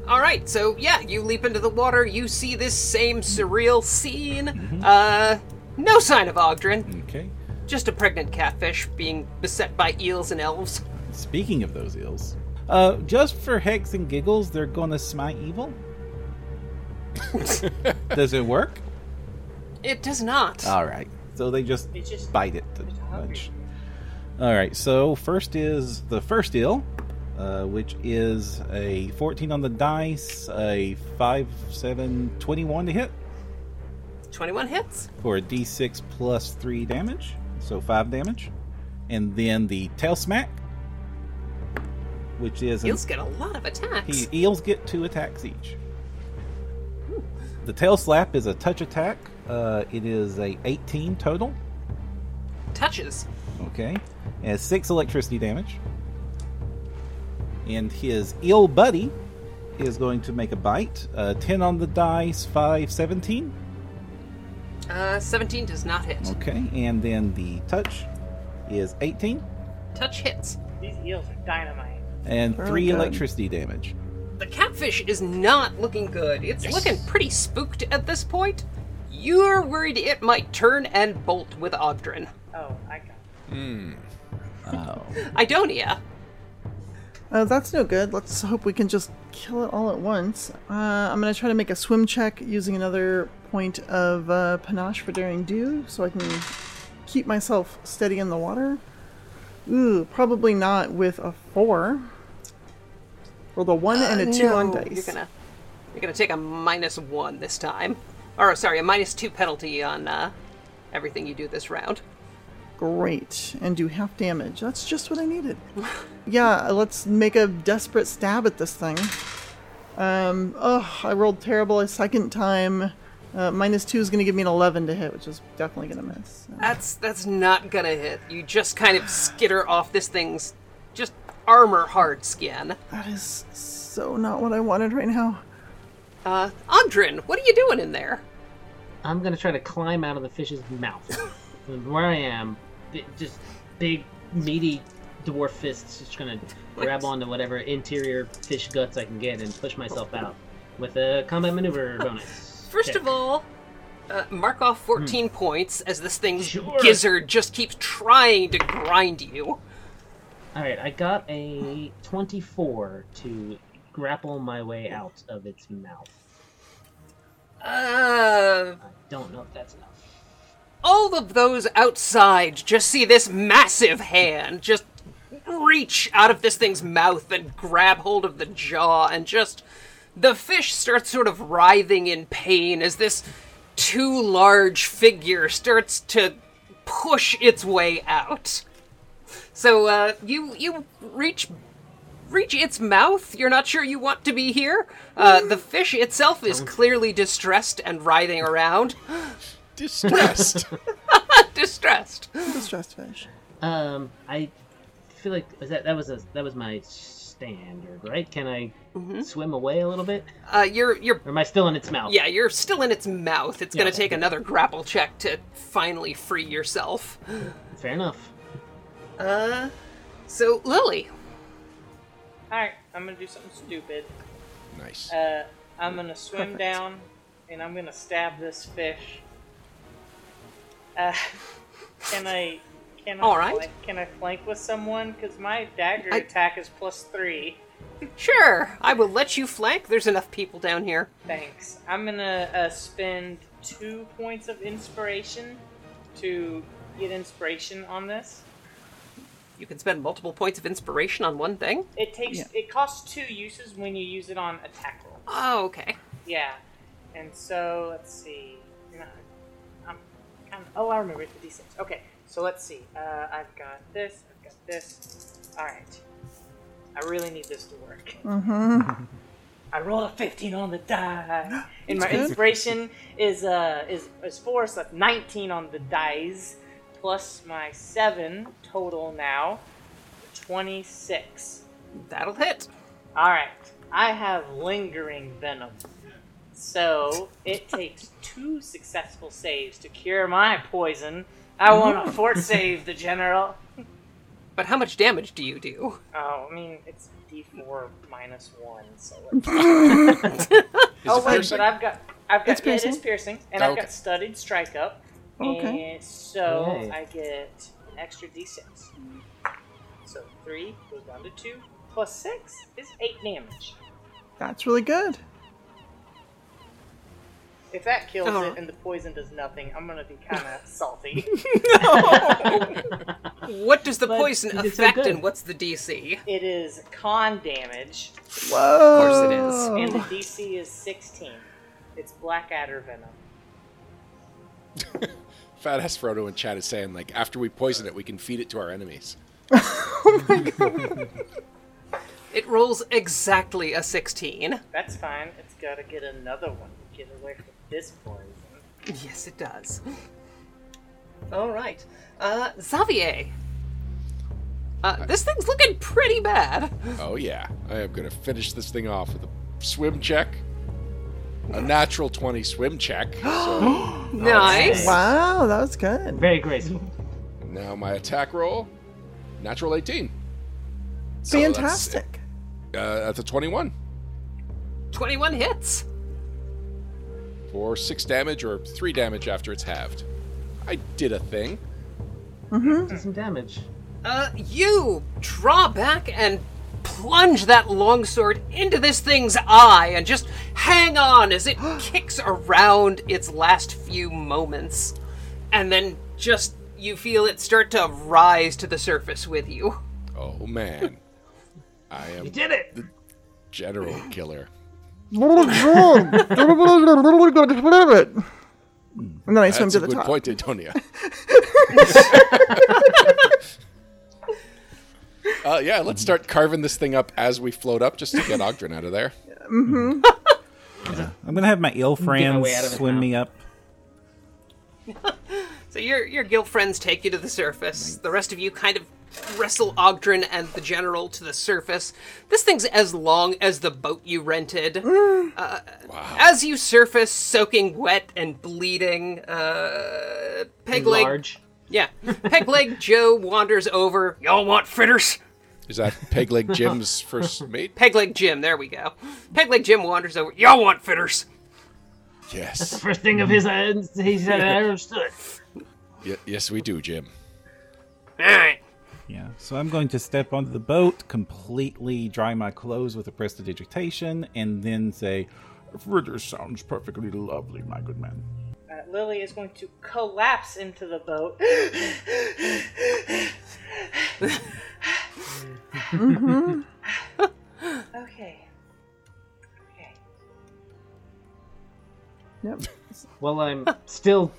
[SPEAKER 2] All right, so yeah, you leap into the water. You see this same surreal scene. Uh, no sign of Ogdrin.
[SPEAKER 6] Okay.
[SPEAKER 2] Just a pregnant catfish being beset by eels and elves.
[SPEAKER 6] Speaking of those eels, uh, just for hex and giggles, they're going to smite evil. Does it work?
[SPEAKER 2] It does not.
[SPEAKER 6] All right. So they just
[SPEAKER 4] It's just
[SPEAKER 6] bite it. to
[SPEAKER 4] It's hungry.
[SPEAKER 6] lunch. All right. So first is the first eel, uh, which is a 14 on the dice, a 5, 7, 21 to hit.
[SPEAKER 2] 21 hits.
[SPEAKER 6] for a d6 plus 3 damage, so 5 damage. And then the tail smack, which is. an-
[SPEAKER 2] Eels get a lot of attacks.
[SPEAKER 6] he, eels get 2 attacks each. The tail slap is a touch attack. Uh, it is a 18 total.
[SPEAKER 2] Touches.
[SPEAKER 6] Okay. And 6 electricity damage. And his eel buddy is going to make a bite. Uh, 10 on the dice, 5, 17.
[SPEAKER 2] Uh, 17 does not hit.
[SPEAKER 6] Okay. And then the touch is 18.
[SPEAKER 2] Touch hits.
[SPEAKER 4] These eels are dynamite.
[SPEAKER 6] and
[SPEAKER 3] Oh,
[SPEAKER 5] Very
[SPEAKER 6] three
[SPEAKER 5] good.
[SPEAKER 6] electricity damage.
[SPEAKER 2] The catfish is not looking good. It's looking pretty spooked at this point. You're worried it might turn and bolt with Ogdrin.
[SPEAKER 4] Oh, I got.
[SPEAKER 6] Oh.
[SPEAKER 2] Idonia.
[SPEAKER 5] Uh, that's no good. Let's hope we can just kill it all at once. Uh, I'm gonna try to make a swim check using another point of uh, panache for daring do, so I can keep myself steady in the water. Ooh, probably not with a four. Rolled a one and a two
[SPEAKER 2] Uh, no,
[SPEAKER 5] on dice.
[SPEAKER 2] You're gonna you're gonna take a minus one this time, or sorry, a minus two penalty on uh, everything you do this round.
[SPEAKER 5] Great. And do half damage. That's just what I needed. yeah, let's make a desperate stab at this thing. Um, oh, I rolled terrible a second time. Uh, minus two is going to give me an 11 to hit, which is definitely going to miss. So-
[SPEAKER 2] That's that's not gonna hit. You just kind of skitter off this thing's just armor hard skin.
[SPEAKER 5] That is so not what I wanted right now.
[SPEAKER 2] Uh, Ogdrin, what are you doing in there?
[SPEAKER 3] I'm gonna try to climb out of the fish's mouth. From where I am, bi- just big, meaty dwarf fists, just gonna grab onto whatever interior fish guts I can get and push myself out with a combat maneuver bonus.
[SPEAKER 2] First
[SPEAKER 3] check. Hmm.
[SPEAKER 2] of all, uh, mark off 14 points as this thing's
[SPEAKER 3] Sure.
[SPEAKER 2] gizzard just keeps trying to grind you.
[SPEAKER 3] all right, I got a 24 to grapple my way out of its mouth.
[SPEAKER 2] Uh,
[SPEAKER 3] I don't know if that's enough.
[SPEAKER 2] all of those outside just see this massive hand just reach out of this thing's mouth and grab hold of the jaw and just the fish starts sort of writhing in pain as this too large figure starts to push its way out so uh, you you reach reach its mouth you're not sure you want to be here uh, the fish itself is clearly distressed and writhing around *laughs*
[SPEAKER 1] Distressed.
[SPEAKER 2] distressed
[SPEAKER 5] Distressed fish.
[SPEAKER 3] Um, I feel like was that that was a that was my standard, right? Can I
[SPEAKER 2] Mm-hmm.
[SPEAKER 3] swim away a little bit,
[SPEAKER 2] Uh, you're you're
[SPEAKER 3] or am I still in its mouth?
[SPEAKER 2] yeah, you're still in its mouth. It's gonna
[SPEAKER 3] Yeah.
[SPEAKER 2] take another grapple check to finally free yourself.
[SPEAKER 3] fair enough.
[SPEAKER 2] Uh, so Lily,
[SPEAKER 4] Alright, I'm gonna do something stupid.
[SPEAKER 1] nice.
[SPEAKER 4] Uh, I'm gonna swim
[SPEAKER 5] Perfect.
[SPEAKER 4] down and I'm gonna stab this fish. Uh, *laughs* can I? Can I?
[SPEAKER 2] All right.
[SPEAKER 4] Flank, can I flank with someone? Because my dagger
[SPEAKER 2] I-
[SPEAKER 4] attack is plus three.
[SPEAKER 2] sure, I will let you flank. There's enough people down here.
[SPEAKER 4] Thanks. I'm gonna uh, spend two points of inspiration to get inspiration on this.
[SPEAKER 2] You can spend multiple points of inspiration on one thing.
[SPEAKER 4] It takes.
[SPEAKER 5] Yeah.
[SPEAKER 4] It costs two uses when you use it on attack roll.
[SPEAKER 2] Oh, okay.
[SPEAKER 4] Yeah. And so let's see. No, I'm, I'm, oh, I remember it's the D6. Okay. So let's see. Uh, I've got this. I've got this. All right. I really need this to work.
[SPEAKER 5] Mm-hmm.
[SPEAKER 4] *laughs* I rolled a 15 on the
[SPEAKER 5] *gasps*
[SPEAKER 4] die, and my
[SPEAKER 5] That's good.
[SPEAKER 4] inspiration is uh is is four, so that's 19 on the dice, plus my seven total now, 26.
[SPEAKER 2] That'll hit.
[SPEAKER 4] All right, I have lingering venom. So
[SPEAKER 5] *laughs*
[SPEAKER 4] it takes two successful saves to cure my poison. I
[SPEAKER 5] Mm-hmm.
[SPEAKER 4] want to fort save the general.
[SPEAKER 2] But how much damage do you do?
[SPEAKER 4] Oh, I mean it's D4 minus one, so. Let's...
[SPEAKER 1] Is
[SPEAKER 4] oh
[SPEAKER 1] it
[SPEAKER 4] wait,
[SPEAKER 1] piercing?
[SPEAKER 4] but I've got I've got
[SPEAKER 5] It's
[SPEAKER 4] yeah, it is
[SPEAKER 5] piercing.
[SPEAKER 4] piercing, and
[SPEAKER 1] Oh,
[SPEAKER 4] I've
[SPEAKER 1] okay.
[SPEAKER 4] got studied strike up,
[SPEAKER 5] Okay.
[SPEAKER 4] and so
[SPEAKER 3] Yay.
[SPEAKER 4] I get an extra D6. So three goes down to two plus six is eight damage.
[SPEAKER 5] That's really good.
[SPEAKER 4] If that kills
[SPEAKER 2] Uh-huh.
[SPEAKER 5] Oh.
[SPEAKER 4] it and the poison does nothing, I'm gonna be kind of *laughs* salty.
[SPEAKER 2] What does the
[SPEAKER 3] But
[SPEAKER 2] poison
[SPEAKER 3] you did so
[SPEAKER 2] affect,
[SPEAKER 3] good.
[SPEAKER 2] and what's the DC?
[SPEAKER 4] It is con damage,
[SPEAKER 5] Whoa.
[SPEAKER 2] it is.
[SPEAKER 3] Oh.
[SPEAKER 4] and the
[SPEAKER 5] Oh.
[SPEAKER 4] DC is 16. It's blackadder venom.
[SPEAKER 1] Fat ass Frodo in chat is saying like after we poison it, we can feed it to our enemies.
[SPEAKER 2] It rolls exactly a 16.
[SPEAKER 4] That's fine. It's gotta get another one to get away from this poison.
[SPEAKER 2] Yes, it does. All right, uh, Xavier. Uh, this thing's looking pretty bad.
[SPEAKER 1] Oh yeah, I am gonna finish this thing off with a swim check, a natural twenty swim
[SPEAKER 4] *gasps*
[SPEAKER 1] check. So
[SPEAKER 2] Nice.
[SPEAKER 5] Wow, that was good.
[SPEAKER 3] Very graceful.
[SPEAKER 1] now my attack roll, natural eighteen. So that's-
[SPEAKER 5] Fantastic. *laughs*
[SPEAKER 1] uh, that's a twenty-one
[SPEAKER 2] 21 hits.
[SPEAKER 1] for six damage or three damage after it's halved. I did a thing.
[SPEAKER 3] Do some damage.
[SPEAKER 2] Uh, you draw back and plunge that longsword into this thing's eye and just hang on as it kicks around its last few moments. And then just you feel it start to rise to the surface with you.
[SPEAKER 1] Oh
[SPEAKER 4] *laughs*
[SPEAKER 1] man, I am
[SPEAKER 3] You did it!
[SPEAKER 1] general killer.
[SPEAKER 5] and then I swim
[SPEAKER 1] That's
[SPEAKER 5] to
[SPEAKER 1] a
[SPEAKER 5] the
[SPEAKER 1] good
[SPEAKER 5] top.
[SPEAKER 1] point,
[SPEAKER 5] *laughs*
[SPEAKER 1] Antonia. uh, yeah, let's start carving this thing up as we float up, just to get Ogden out of there.
[SPEAKER 6] I'm gonna have my ill friends
[SPEAKER 3] way out of it
[SPEAKER 6] swim
[SPEAKER 3] now.
[SPEAKER 6] me up.
[SPEAKER 2] So your your guild friends take you to the surface. The rest of you kind of wrestle Ogdrin and the general to the surface. This thing's as long as the boat you rented. Uh, As you surface, soaking wet and bleeding, uh, Pegleg,
[SPEAKER 3] Large.
[SPEAKER 2] yeah, Pegleg
[SPEAKER 3] *laughs*
[SPEAKER 2] Joe wanders over. Y'all want fritters?
[SPEAKER 1] Is that Pegleg Jim's first mate?
[SPEAKER 2] Pegleg Jim, there we go. Pegleg Jim wanders over. Y'all want fritters?
[SPEAKER 1] Yes,
[SPEAKER 3] First thing of his uh, he said I understood.
[SPEAKER 1] Ye- yes, we do, Jim.
[SPEAKER 2] All right.
[SPEAKER 6] Yeah. So I'm going to step onto the boat, completely dry my clothes with a prestidigitation, and then say, "Fritter sounds perfectly lovely, my good man."
[SPEAKER 4] Uh, Lily is going to collapse into the boat. *gasps*
[SPEAKER 5] Mm-hmm.
[SPEAKER 4] *laughs* okay. Okay.
[SPEAKER 5] Yep.
[SPEAKER 3] Well, *laughs* I'm still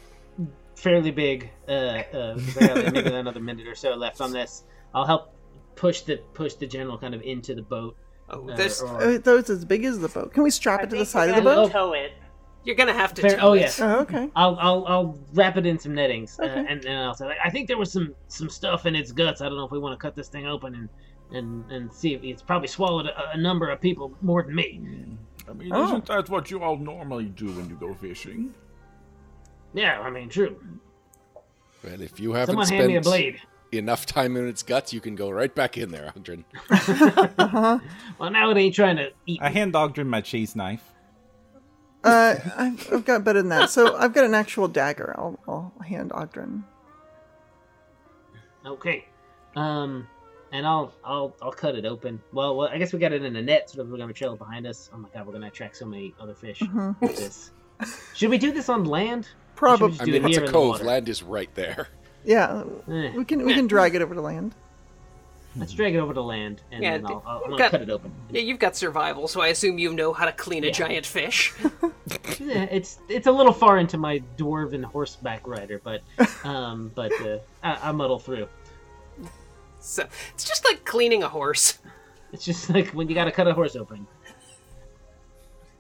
[SPEAKER 3] fairly big. Uh, uh, 'cause I got maybe another minute or so left on this. I'll help push the push the general kind of into the boat.
[SPEAKER 2] Oh,
[SPEAKER 3] uh,
[SPEAKER 2] this
[SPEAKER 3] or-
[SPEAKER 5] Oh, though it's as big as the boat. Can we strap
[SPEAKER 4] I
[SPEAKER 5] it to
[SPEAKER 4] think
[SPEAKER 5] the side
[SPEAKER 4] we're
[SPEAKER 5] of the
[SPEAKER 4] gonna
[SPEAKER 5] boat?
[SPEAKER 4] Tow it.
[SPEAKER 2] you're gonna have to.
[SPEAKER 3] Fair-
[SPEAKER 2] tow
[SPEAKER 3] oh
[SPEAKER 2] it.
[SPEAKER 3] yes.
[SPEAKER 5] Oh, okay.
[SPEAKER 3] I'll, I'll I'll wrap it in some nettings, uh,
[SPEAKER 5] Okay.
[SPEAKER 3] and and I'll say like, I think there was some some stuff in its guts. I don't know if we want to cut this thing open and and and see if it's probably swallowed a, a number of people more than me.
[SPEAKER 7] I mean,
[SPEAKER 5] Oh.
[SPEAKER 7] isn't that what you all normally do when you go fishing?
[SPEAKER 3] Yeah, I mean, true.
[SPEAKER 1] Well, if you haven't
[SPEAKER 3] Someone hand me a
[SPEAKER 1] spent
[SPEAKER 3] blade.
[SPEAKER 1] enough time in its guts, you can go right back in there, Ogden.
[SPEAKER 3] Well, now it ain't trying to eat.
[SPEAKER 6] I hand Ogdrin my cheese knife.
[SPEAKER 5] Uh, I've, I've got better than that. So I've got an actual dagger. I'll, I'll hand Ogdrin.
[SPEAKER 3] Okay. Um, and I'll I'll I'll cut it open. Well, well I guess we got it in a net, so that we're gonna trail it behind us. Oh my god, we're gonna attract so many other fish. with this. Should we do this on land?
[SPEAKER 5] Probably.
[SPEAKER 1] I
[SPEAKER 3] Do it
[SPEAKER 1] mean, it's
[SPEAKER 3] here
[SPEAKER 1] a
[SPEAKER 3] in the
[SPEAKER 1] cove.
[SPEAKER 3] water.
[SPEAKER 1] Land is right there.
[SPEAKER 5] Yeah,
[SPEAKER 3] Eh,
[SPEAKER 5] we can we can drag it over to land.
[SPEAKER 3] let's drag it over to land, and
[SPEAKER 2] Yeah,
[SPEAKER 3] then I'll, I'll, I'm gonna
[SPEAKER 2] got-
[SPEAKER 3] cut it open.
[SPEAKER 2] Yeah, you've got survival, so I assume you know how to clean a
[SPEAKER 3] Yeah.
[SPEAKER 2] giant fish.
[SPEAKER 3] Eh, It's it's a little far into my dwarven horseback rider, but um, but uh, I, I muddle through.
[SPEAKER 2] So it's just like cleaning a horse.
[SPEAKER 3] It's just *laughs* like when you gotta cut a horse open.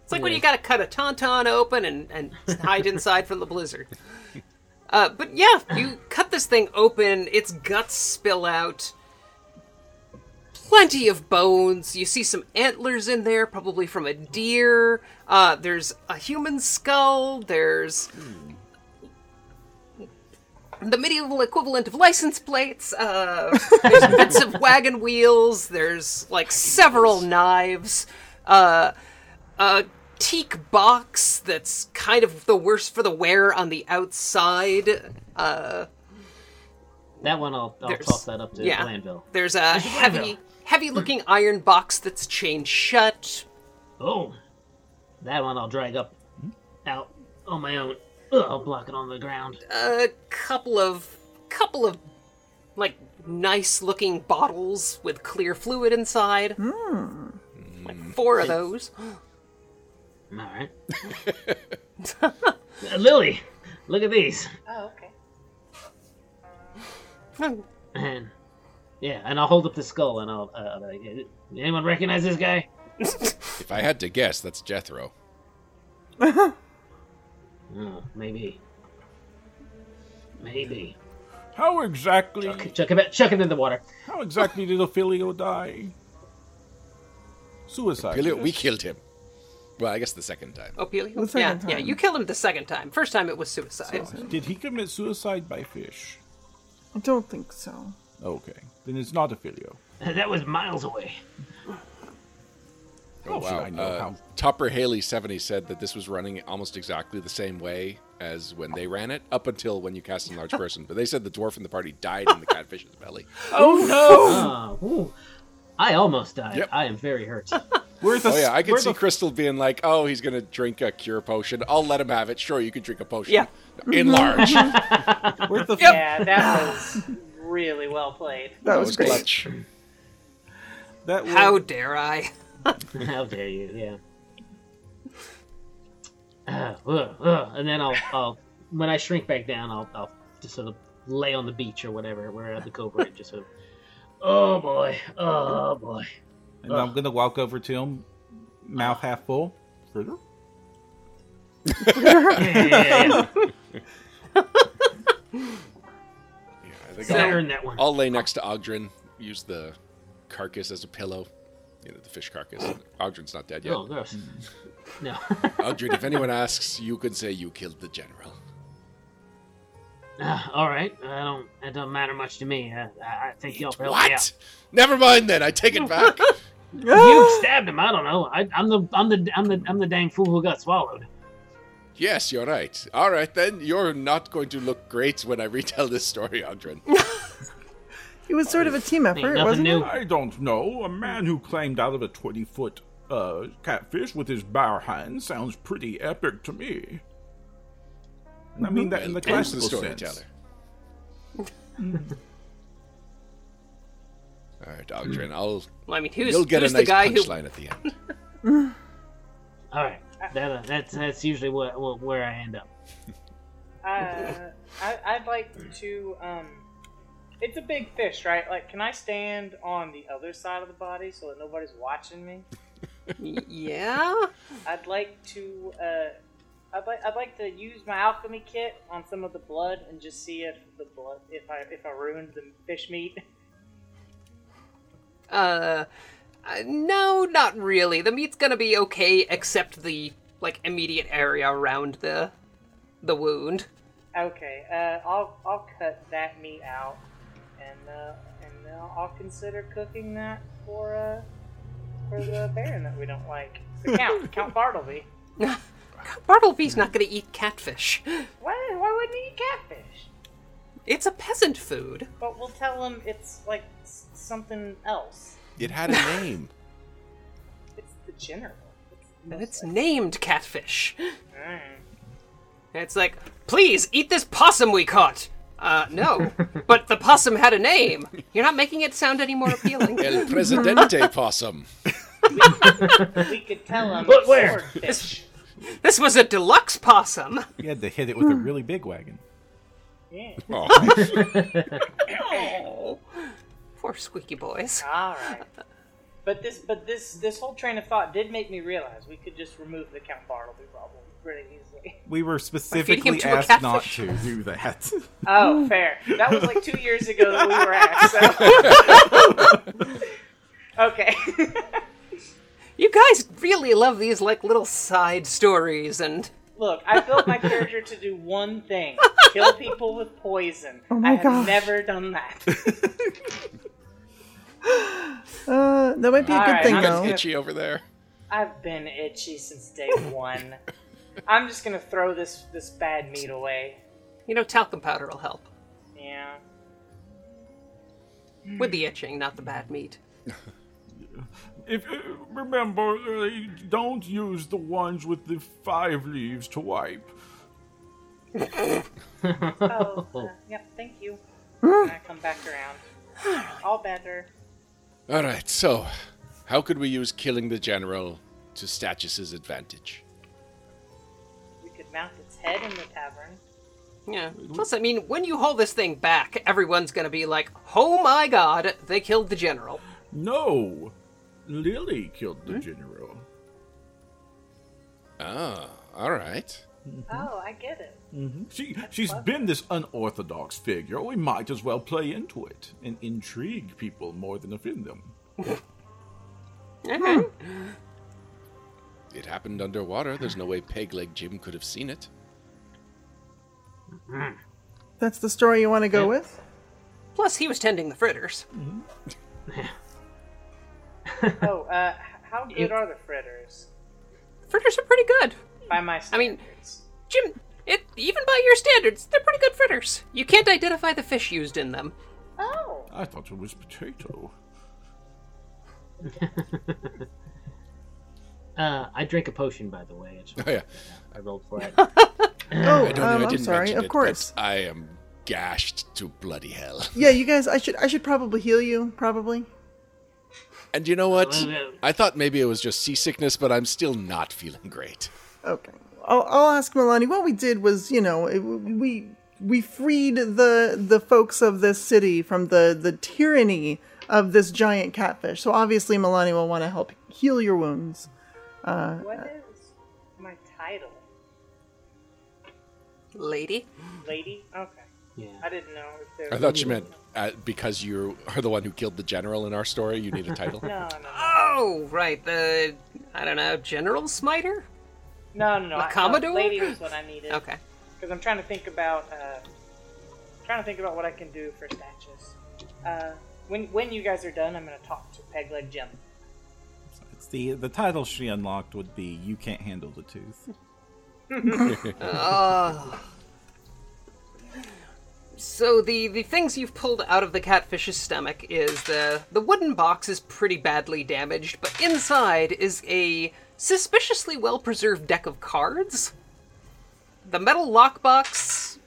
[SPEAKER 2] It's like when
[SPEAKER 3] Yeah.
[SPEAKER 2] you gotta cut a tauntaun open and, and hide inside from the blizzard. Uh, but yeah, you cut this thing open, its guts spill out. Plenty of bones. You see some antlers in there, probably from a deer. Uh, there's a human skull. There's the medieval equivalent of license plates. Uh, there's bits of wagon wheels. There's like several knives. Uh, a teak box that's kind of the worse for the wear on the outside. Uh,
[SPEAKER 3] That one I'll I'll
[SPEAKER 2] There's-
[SPEAKER 3] toss that up to
[SPEAKER 2] yeah.
[SPEAKER 3] Glanville.
[SPEAKER 2] there's a heavy, heavy-looking iron box that's chained shut.
[SPEAKER 3] Oh, that one I'll drag up out on my own. Ugh, I'll block it on the ground.
[SPEAKER 2] A couple of, couple of, like nice-looking bottles with clear fluid inside.
[SPEAKER 5] Hmm.
[SPEAKER 2] Like four of those.
[SPEAKER 3] All right. Uh, Lily, look at these.
[SPEAKER 4] Oh, okay.
[SPEAKER 2] *laughs*
[SPEAKER 3] And yeah, and I'll hold up the skull and I'll. Uh, I'll be like, "Uh, anyone recognize this guy?
[SPEAKER 1] If I had to guess, that's Jethro.
[SPEAKER 3] Oh, maybe. Maybe.
[SPEAKER 7] How exactly?
[SPEAKER 3] Okay, chuck it, back- chuck it in the water. *laughs*
[SPEAKER 7] How exactly did Ophelio die? Suicide.
[SPEAKER 1] Really, we
[SPEAKER 7] yes?
[SPEAKER 1] killed him. Well, I guess the second time.
[SPEAKER 5] The
[SPEAKER 2] Opelio? Yeah,
[SPEAKER 5] second
[SPEAKER 2] yeah.
[SPEAKER 5] time.
[SPEAKER 2] You killed him the second time. First time it was suicide.
[SPEAKER 7] Did he commit suicide by fish?
[SPEAKER 5] I don't think so.
[SPEAKER 7] Okay, then it's not Ophelio.
[SPEAKER 3] That was miles away.
[SPEAKER 1] Oh,
[SPEAKER 7] How should
[SPEAKER 1] wow.
[SPEAKER 7] I know
[SPEAKER 1] Uh,
[SPEAKER 7] how?
[SPEAKER 1] Topper Haley 70 said that this was running almost exactly the same way as when they ran it, up until when you cast a large person. But they said the dwarf in the party died in the catfish's belly.
[SPEAKER 7] Oh no!
[SPEAKER 3] Uh, ooh. I almost died.
[SPEAKER 1] Yep.
[SPEAKER 3] I am very hurt.
[SPEAKER 6] We're at the
[SPEAKER 1] Oh yeah, I
[SPEAKER 6] we're
[SPEAKER 1] can see
[SPEAKER 6] the-
[SPEAKER 1] Crystal being like, "Oh, he's gonna drink a cure potion. I'll let him have it. Sure, you can drink a potion. *laughs*
[SPEAKER 2] Yeah.
[SPEAKER 1] enlarge. that
[SPEAKER 6] we're the-
[SPEAKER 4] Yeah, that was really well played.
[SPEAKER 5] That was
[SPEAKER 1] was
[SPEAKER 5] great.
[SPEAKER 1] clutch.
[SPEAKER 6] that will-
[SPEAKER 2] How dare I?
[SPEAKER 3] *laughs* How dare you? Yeah. *sighs* Uh, ugh, ugh. And then I'll, I'll, when I shrink back down, I'll, I'll just sort of lay on the beach or whatever, where at the cobra, and just sort of, oh boy, oh boy.
[SPEAKER 6] and I'm gonna walk over to him, mouth half full.
[SPEAKER 3] Yeah, yeah, yeah.
[SPEAKER 1] Yeah, I think
[SPEAKER 3] I
[SPEAKER 1] I'll,
[SPEAKER 3] earned that one.
[SPEAKER 1] I'll lay next to Ogdrin, use the carcass as a pillow. You know, the fish carcass. Ogdrin's not dead yet.
[SPEAKER 3] Oh, gross. No. *laughs*
[SPEAKER 1] Ogdrin, if anyone asks, you can say you killed the general.
[SPEAKER 3] Uh, all right. I don't. It don't matter much to me. Uh, I, I think y'all helped me
[SPEAKER 1] What?
[SPEAKER 3] out.
[SPEAKER 1] Never mind then. I
[SPEAKER 2] *laughs*
[SPEAKER 1] take it back.
[SPEAKER 3] You stabbed him. I don't know. I, I'm the. I'm the. I'm the. I'm the dang fool who got swallowed.
[SPEAKER 1] yes, you're right. All right then. You're not going to look great when I retell this story, Ogdrin.
[SPEAKER 5] It was sort of a team
[SPEAKER 3] Ain't
[SPEAKER 5] effort,
[SPEAKER 3] nothing
[SPEAKER 5] wasn't it?
[SPEAKER 3] new.
[SPEAKER 7] I don't know. A man who climbed out of a 20 foot uh, catfish with his bare hands sounds pretty epic to me. I mean that in the
[SPEAKER 1] Close to the
[SPEAKER 7] classical sense.
[SPEAKER 1] storyteller. All right, Ogdrin. I'll.
[SPEAKER 2] Well, I mean, who's,
[SPEAKER 1] you'll get a
[SPEAKER 2] who's
[SPEAKER 1] nice
[SPEAKER 2] the guy who?
[SPEAKER 1] punchline at the
[SPEAKER 2] *laughs*
[SPEAKER 1] end.
[SPEAKER 3] All right. That, uh, that's that's usually what, what where I end up.
[SPEAKER 4] Uh, I, I'd like to. Um, it's a big fish, right? Like, can I stand on the other side of the body so that nobody's watching me?
[SPEAKER 2] *laughs* Yeah.
[SPEAKER 4] I'd like to. Uh, I'd like. I'd like to use my alchemy kit on some of the blood and just see if the blood, if I, if I ruined the fish meat. *laughs*
[SPEAKER 2] Uh, uh, no, not really. The meat's gonna be okay, except the like immediate area around the the wound. *laughs*
[SPEAKER 4] Okay, uh, I'll I'll cut that meat out, and uh, and then I'll, I'll consider cooking that for uh for the baron that we don't like, the count, Count Bartleby.
[SPEAKER 2] Bartleby's not gonna eat catfish.
[SPEAKER 4] Why why wouldn't he eat catfish?
[SPEAKER 2] It's a peasant food.
[SPEAKER 4] But we'll tell him it's like s- something else.
[SPEAKER 1] It had a name.
[SPEAKER 4] It's the general. It's-
[SPEAKER 2] It's named catfish.
[SPEAKER 4] Mm.
[SPEAKER 2] It's like, please eat this possum we caught. Uh, no, but the possum had a name. You're not making it sound any more appealing.
[SPEAKER 1] El Presidente Possum.
[SPEAKER 4] We could tell him.
[SPEAKER 3] *laughs* But where?
[SPEAKER 4] Swordfish.
[SPEAKER 2] This was a deluxe possum.
[SPEAKER 6] You had to hit it with
[SPEAKER 2] Hmm.
[SPEAKER 6] a really big wagon.
[SPEAKER 4] Yeah.
[SPEAKER 1] Oh,
[SPEAKER 2] Oh, poor squeaky boys.
[SPEAKER 4] All right. But this, but this, this whole train of thought did make me realize we could just remove the Count Bartleby problem pretty easily.
[SPEAKER 6] We were
[SPEAKER 2] him
[SPEAKER 6] specifically
[SPEAKER 2] to a
[SPEAKER 6] asked not
[SPEAKER 2] catfish.
[SPEAKER 6] to
[SPEAKER 2] *laughs*
[SPEAKER 6] do that.
[SPEAKER 4] Oh, fair. That was like two years ago that we were asked. So.
[SPEAKER 5] *laughs*
[SPEAKER 4] okay. *laughs*
[SPEAKER 2] You guys really love these like little side stories and
[SPEAKER 4] Look, I built my character to do one thing: kill people with poison.
[SPEAKER 5] Oh my
[SPEAKER 4] I have
[SPEAKER 5] gosh.
[SPEAKER 4] never done that.
[SPEAKER 5] Uh, that might be a good
[SPEAKER 4] Alright,
[SPEAKER 5] thing,
[SPEAKER 4] I'm
[SPEAKER 5] though.
[SPEAKER 4] just-
[SPEAKER 1] itchy over there.
[SPEAKER 4] I've been itchy since day one. I'm just gonna throw this this bad meat away.
[SPEAKER 2] you know talcum powder will help
[SPEAKER 4] Yeah.
[SPEAKER 2] with the itching, not the bad meat.
[SPEAKER 7] If uh, remember, uh, don't use the ones with the five leaves to wipe.
[SPEAKER 5] *laughs*
[SPEAKER 4] Oh, uh, yep. Thank you. And I come back around. All better.
[SPEAKER 1] All right, so how could we use killing the general to Status's advantage?
[SPEAKER 4] We could mount its head in the tavern.
[SPEAKER 2] Yeah. Plus, I mean, when you haul this thing back, everyone's gonna be like, "Oh my god, they killed the general."
[SPEAKER 7] No, Lily killed the general.
[SPEAKER 1] Ah, all right.
[SPEAKER 5] Mm-hmm.
[SPEAKER 4] Oh, I get it.
[SPEAKER 7] She she's been this unorthodox figure. We might as well play into it and intrigue people more than offend them.
[SPEAKER 1] It happened underwater. There's no way Peg Leg Jim could have seen it. *laughs*
[SPEAKER 5] That's the story you want to go with?
[SPEAKER 2] Plus, he was tending the fritters.
[SPEAKER 4] Oh, uh, h- how good are the fritters?
[SPEAKER 2] Fritters are pretty good.
[SPEAKER 4] By my
[SPEAKER 2] I mean-
[SPEAKER 4] standards.
[SPEAKER 2] Jim, it even by your standards, they're pretty good fritters. You can't identify the fish used in them.
[SPEAKER 4] oh,
[SPEAKER 7] I thought it was potato.
[SPEAKER 3] Uh, I drink a potion, by the way. I, just,
[SPEAKER 1] Oh yeah.
[SPEAKER 3] I rolled for it.
[SPEAKER 5] Oh,
[SPEAKER 1] I don't
[SPEAKER 5] um,
[SPEAKER 1] know. I
[SPEAKER 5] I'm
[SPEAKER 1] didn't
[SPEAKER 5] sorry.
[SPEAKER 1] mention
[SPEAKER 5] Of
[SPEAKER 1] it,
[SPEAKER 5] course.
[SPEAKER 1] but I am gashed to bloody hell. *laughs*
[SPEAKER 5] Yeah, you guys. I should. I should probably heal you. Probably.
[SPEAKER 1] And you know what?
[SPEAKER 3] Well, uh,
[SPEAKER 1] I thought maybe it was just seasickness, but I'm still not feeling great.
[SPEAKER 5] Okay. I'll, I'll ask Milani. What we did was, you know, it, we we freed the the folks of this city from the the tyranny of this giant catfish. So obviously, Milani will want to help heal your wounds.
[SPEAKER 4] What is my title?
[SPEAKER 2] Lady?
[SPEAKER 4] Lady? Okay.
[SPEAKER 3] Yeah.
[SPEAKER 4] I didn't know if there
[SPEAKER 1] I thought you meant uh, because you are the one who killed the general in our story, you need a
[SPEAKER 2] *laughs*
[SPEAKER 1] title.
[SPEAKER 4] No, no, no.
[SPEAKER 2] Oh, right. The, I don't know, General Smiter?
[SPEAKER 4] No, no, no. I-
[SPEAKER 2] Commodore?
[SPEAKER 4] Lady was what I needed.
[SPEAKER 2] Okay.
[SPEAKER 4] Because I'm trying to think about, uh, trying to think about what I can do for statues. Uh, when when you guys are done, I'm gonna talk to Pegleg Jim.
[SPEAKER 6] It's the the title she unlocked would be "You Can't Handle the Tooth."
[SPEAKER 2] So the, the things you've pulled out of the catfish's stomach is the the wooden box is pretty badly damaged, but inside is a suspiciously well preserved deck of cards. The metal lockbox,